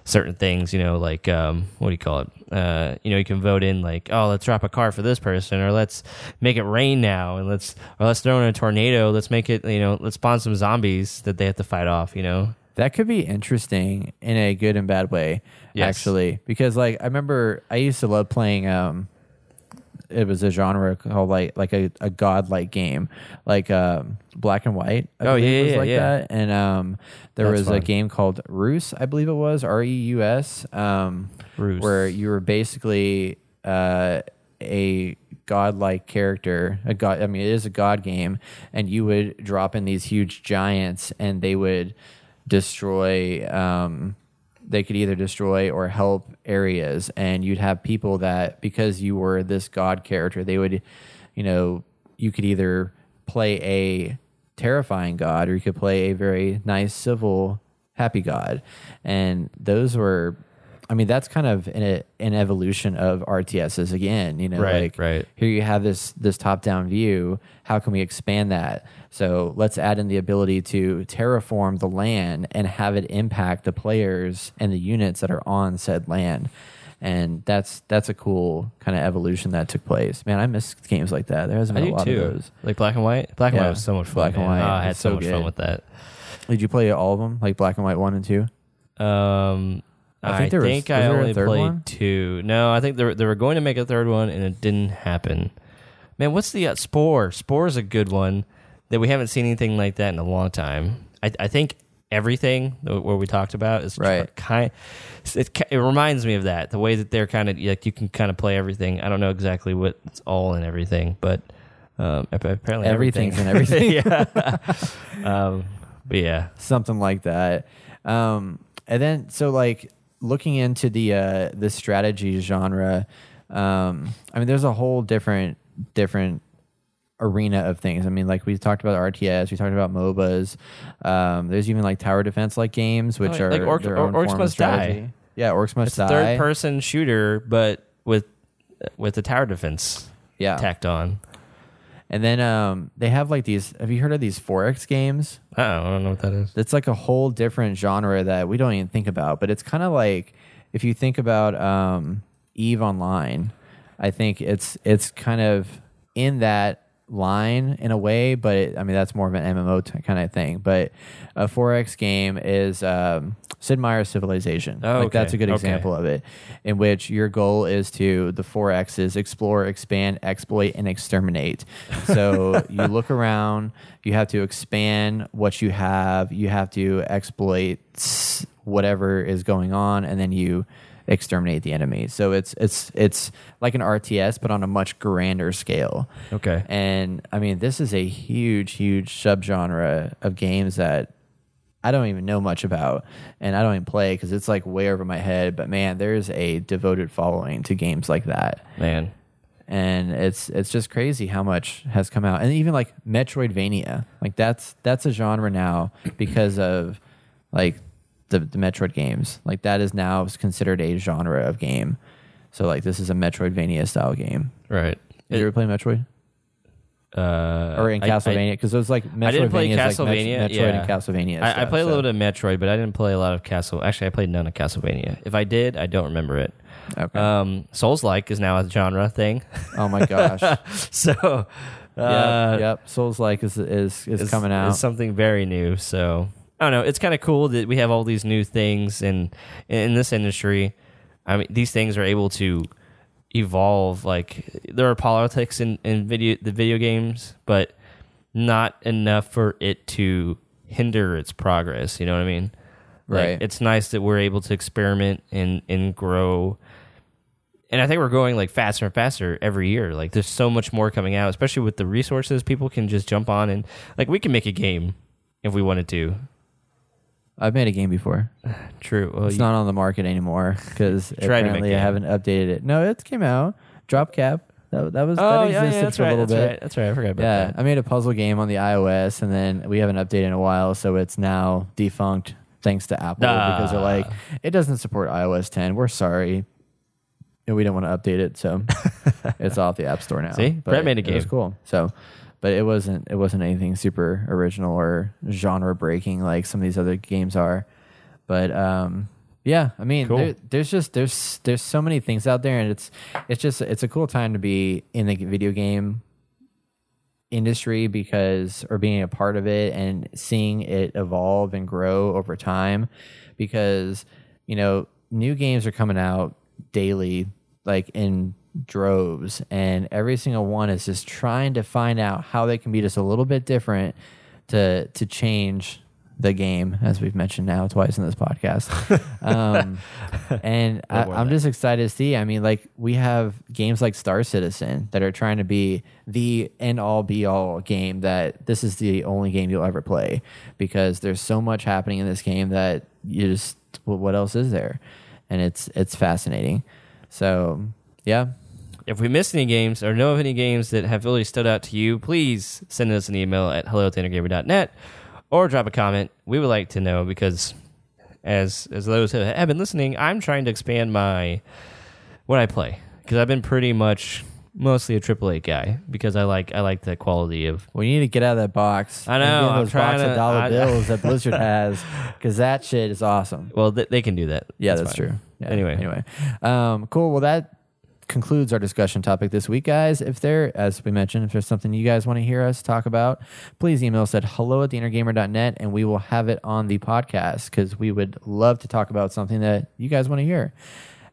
S2: certain things. You know, like um what do you call it? Uh, you know, you can vote in like oh let's drop a car for this person or let's make it rain now and let's or let's throw in a tornado. Let's make it you know let's spawn some zombies that they have to fight off. You know.
S1: That could be interesting in a good and bad way,
S2: Yes.
S1: actually. Because like I remember I used to love playing um it was a genre called like like a, a godlike game. Like um black and white. I
S2: Oh,
S1: believe
S2: yeah,
S1: it was
S2: yeah,
S1: like
S2: yeah.
S1: that. And um there
S2: That's
S1: was a
S2: fun.
S1: game called Rus, I believe it was, R E U S. Um
S2: Rus.
S1: where you were basically uh a godlike character a god i mean it is a god game and you would drop in these huge giants and they would destroy um they could either destroy or help areas and you'd have people that because you were this god character they would you know you could either play a terrifying god or you could play a very nice civil happy god and those were i mean that's kind of an, an evolution of rtss again you know
S2: Right,
S1: like
S2: right.
S1: here you have this this top down view how can we expand that so let's add in the ability to terraform the land and have it impact the players and the units that are on said land and that's that's a cool kind of evolution that took place man i miss games like that there hasn't
S2: I
S1: been a
S2: do
S1: lot
S2: too.
S1: of those
S2: Like black and white. Black and
S1: Yeah.
S2: white was so much fun.
S1: Black and
S2: man.
S1: white
S2: Oh, I had
S1: is
S2: so,
S1: so
S2: much
S1: good.
S2: fun with that.
S1: did you play all of them like black and white one and two
S2: Um, I think, I,
S1: there was- was there a
S2: only
S1: third
S2: played
S1: one?
S2: two. No, I think they were, they were going to make a third one and it didn't happen. Man, what's the uh, Spore? Spore is a good one that we haven't seen anything like that in a long time. I, I think everything that- what we talked about is
S1: Right.
S2: kind. It, ki- it reminds me of that the way that they're kind of like you can kind of play everything. I don't know exactly what it's all in everything, but um, ap- apparently
S1: everything's
S2: everything.
S1: and everything
S2: yeah. um, but yeah,
S1: something like that. Um, and then so like looking into the uh, the strategy genre, um, I mean, there's a whole different different arena of things. I mean, like we talked about RTS, we talked about MOBAs. Um, there's even like tower defense like games, which
S2: Oh, yeah,
S1: are
S2: like Orc-
S1: their
S2: Or-
S1: own
S2: Orcs
S1: form of
S2: Must Die.
S1: strategy. Yeah, orcs must
S2: It's a
S1: die.
S2: third person shooter, but with with the tower defense
S1: Yeah,
S2: tacked on.
S1: and then um, they have like these. Have you heard of these 4X games?
S2: Oh, I don't know what that is.
S1: That's like a whole different genre that we don't even think about. But it's kind of like if you think about um, Eve Online, I think it's it's kind of in that line in a way. But it, I mean, that's more of an MMO t- kind of thing. But a 4X game is um, Sid Meier's Civilization.
S2: Oh,
S1: like that's
S2: okay.
S1: a good
S2: Okay.
S1: example of it, in which your goal is to the four X's explore, expand, exploit, and exterminate. So you look around, you have to expand what you have, you have to exploit s- whatever is going on, and then you exterminate the enemy. So it's it's it's like an RTS but on a much grander scale.
S2: Okay.
S1: And I mean this is a huge huge subgenre of games that I don't even know much about, and I don't even play because it's like way over my head. But man, there's a devoted following to games like that,
S2: Man.
S1: and it's it's just crazy how much has come out, and even like Metroidvania, like that's that's a genre now because of like the the Metroid games, like that is now considered a genre of game. So like this is a Metroidvania style game.
S2: Right.
S1: Did you ever play Metroid
S2: uh,
S1: or in
S2: I- I-
S1: Castlevania? Because it was like Metroidvania,
S2: I didn't play
S1: is, like, Met-
S2: Castlevania.
S1: Metroid
S2: yeah.
S1: and Castlevania.
S2: I, I
S1: stuff,
S2: played
S1: so-
S2: a little bit of Metroid, but I didn't play a lot of Castle. Actually, I played none of Castlevania. If I did, I don't remember it.
S1: Okay.
S2: Um, Souls like is now a genre thing.
S1: oh my gosh.
S2: so, uh,
S1: yep, yep. Souls like is is is,
S2: It's-
S1: coming out.
S2: It's something very new. So I don't know. It's kind of cool that we have all these new things, and in this industry, I mean, these things are able to evolve. Like there are politics in in video the video games, but not enough for it to hinder its progress. You know what I mean? Like,
S1: Right.
S2: it's nice that we're able to experiment and and grow. And I think we're growing like faster and faster every year. Like there's so much more coming out, especially with the resources people can just jump on and like we can make a game if we wanted to.
S1: I've made a game before.
S2: True. Well,
S1: It's
S2: you-
S1: not on the market anymore because
S2: to make
S1: apparently
S2: it.
S1: I haven't updated it. No, it came out. Drop cap. That, that was
S2: oh,
S1: that
S2: yeah,
S1: existed
S2: yeah, that's
S1: for
S2: right.
S1: a little
S2: that's
S1: bit.
S2: right. That's right. I forgot about
S1: Yeah,
S2: that.
S1: I made a puzzle game on the iOS, and then we haven't updated in a while, so it's now defunct thanks to Apple
S2: Ah.
S1: because they're like, it doesn't support iOS 10. We're sorry, and we do not want to update it, so it's off the App Store now.
S2: See? Brett made a
S1: it was
S2: game.
S1: cool. So, but it wasn't it wasn't anything super original or genre breaking like some of these other games are. But um, yeah, I mean,
S2: Cool.
S1: there, there's just there's there's so many things out there, and it's it's just it's a cool time to be in the video game industry because or being a part of it and seeing it evolve and grow over time because you know new games are coming out daily like in droves and every single one is just trying to find out how they can be just a little bit different to to change the game as we've mentioned now twice in this podcast um, and I, i'm just excited to see i mean like we have games like star citizen that are trying to be the end all be all game that this is the only game you'll ever play because there's so much happening in this game that you just wh- what else is there and it's it's fascinating so yeah
S2: If we missed any games or know of any games that have really stood out to you, please send us an email at hello or drop a comment. We would like to know because as as those who have been listening, I'm trying to expand my what I play because I've been pretty much mostly a AAA guy because I like I like the quality of
S1: we need to get out of that box
S2: I
S1: and
S2: know,
S1: get
S2: I'm
S1: those box
S2: trying
S1: of
S2: to-
S1: dollar
S2: I-
S1: bills that blizzard has because that shit is awesome
S2: well th- they can do that.
S1: Yeah, that's,
S2: fine.
S1: true. Yeah.
S2: Anyway.
S1: anyway, um, cool. Well, that concludes our discussion topic this week, guys. If there, as we mentioned, if there's something you guys want to hear us talk about, please email us at hello at theinnergamer.net and we will have it on the podcast because we would love to talk about something that you guys want to hear.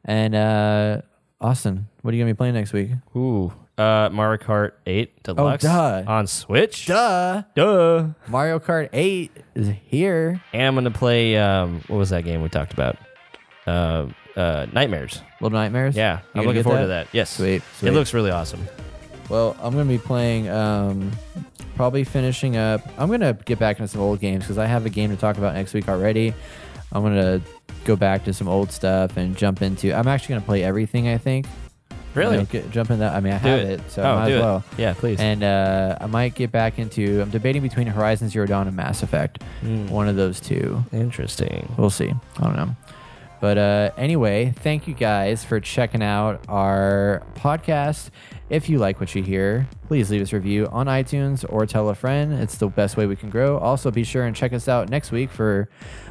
S1: And uh, Austin, what are you gonna be playing next week?
S2: Ooh, uh, Mario Kart 8 Deluxe
S1: Oh, duh.
S2: on Switch.
S1: Duh,
S2: Duh.
S1: Mario Kart Eight is here.
S2: And I'm gonna play. Um, what was that game we talked about? Uh, uh, Nightmares.
S1: Little Nightmares. You
S2: Yeah, I'm
S1: gonna
S2: looking
S1: get
S2: forward to that. Yes,
S1: Sweet, sweet.
S2: It looks really awesome.
S1: Well, I'm gonna be playing. Um, probably finishing up. I'm gonna get back into some old games because I have a game to talk about next week already. I'm gonna go back to some old stuff and jump into. I'm actually gonna play everything. I think. You know, get- jump in that. I mean, I
S2: do
S1: have
S2: it.
S1: it, so
S2: oh,
S1: I might
S2: do
S1: as
S2: it.
S1: well.
S2: Yeah, please.
S1: And uh, I might get back into. I'm debating between Horizon Zero Dawn and Mass Effect. One of those two.
S2: Hmm. Interesting.
S1: We'll see. I don't know. But uh, anyway, thank you guys for checking out our podcast. If you like what you hear, please leave us a review on iTunes or tell a friend. It's the best way we can grow. Also, be sure and check us out next week for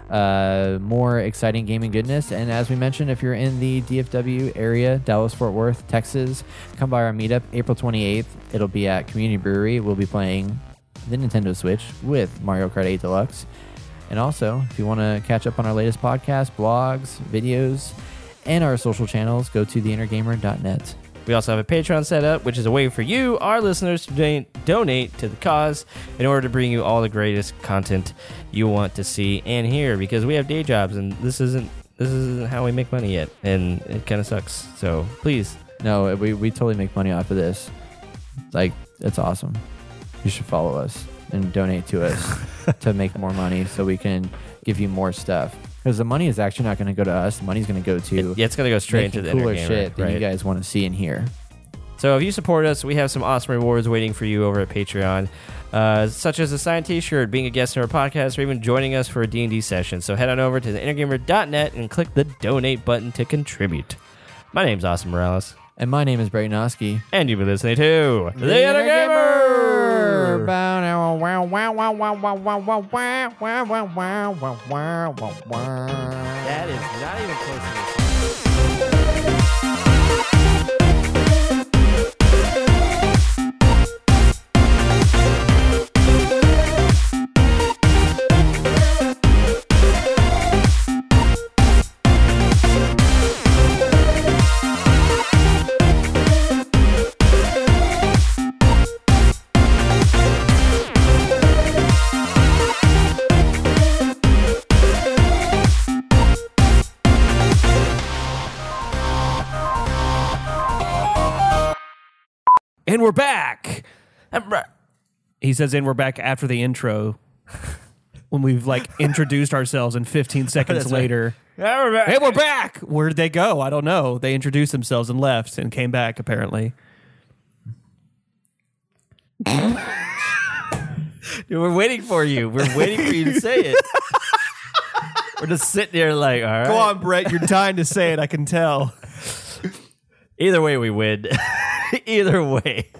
S1: uh, more exciting gaming goodness. And as we mentioned, if you're in the DFW area, Dallas, Fort Worth, Texas, come by our meetup April 28th. It'll be at Community Brewery. We'll be playing the Nintendo Switch with Mario Kart 8 Deluxe. And also, if you want to catch up on our latest podcasts, blogs, videos, and our social channels, go to theinnergamer.net.
S2: We also have a Patreon set up, which is a way for you, our listeners, to donate, donate to the cause in order to bring you all the greatest content you want to see and hear. Because we have day jobs, and this isn't this isn't how we make money yet, and it kind of sucks. So please
S1: No, we, we totally make money off of this. Like, it's awesome. You should follow us and donate to us to make more money so we can give you more stuff. Because the money is actually not going to go to us. The money's going to go to
S2: Yeah, it's gonna go straight into
S1: making
S2: the
S1: cooler
S2: Inner Gamer,
S1: shit that you
S2: right?
S1: guys want to see and hear.
S2: So if you support us, we have some awesome rewards waiting for you over at Patreon, uh, such as a signed T-shirt, being a guest in our podcast, or even joining us for a D&D session. So head on over to theinnergamer.net and click the donate button to contribute. My name's Austin Morales,
S1: And my name is Brayton Oski.
S2: and you've been listening to The Inner
S1: Gamer.
S2: Gamer.
S1: Bow, wow, wow, wow, wow, wow, wow, wow, wow, wow, wow, wow, wow, wow, wow, wow.
S2: That is not even close. to the- and we're back. I'm ra-
S3: He says, and we're back after the intro when we've like introduced ourselves and 15 seconds
S2: That's right.
S3: later.
S2: I'm back.
S3: Hey, we're back. Where did they go? I don't know. They introduced themselves and left and came back, apparently.
S2: Dude, We're waiting for you. We're waiting for you to say it. we're just sitting there like, all right.
S3: Go on, Brett. You're dying to say it. I can tell.
S2: Either way, we win. Either way.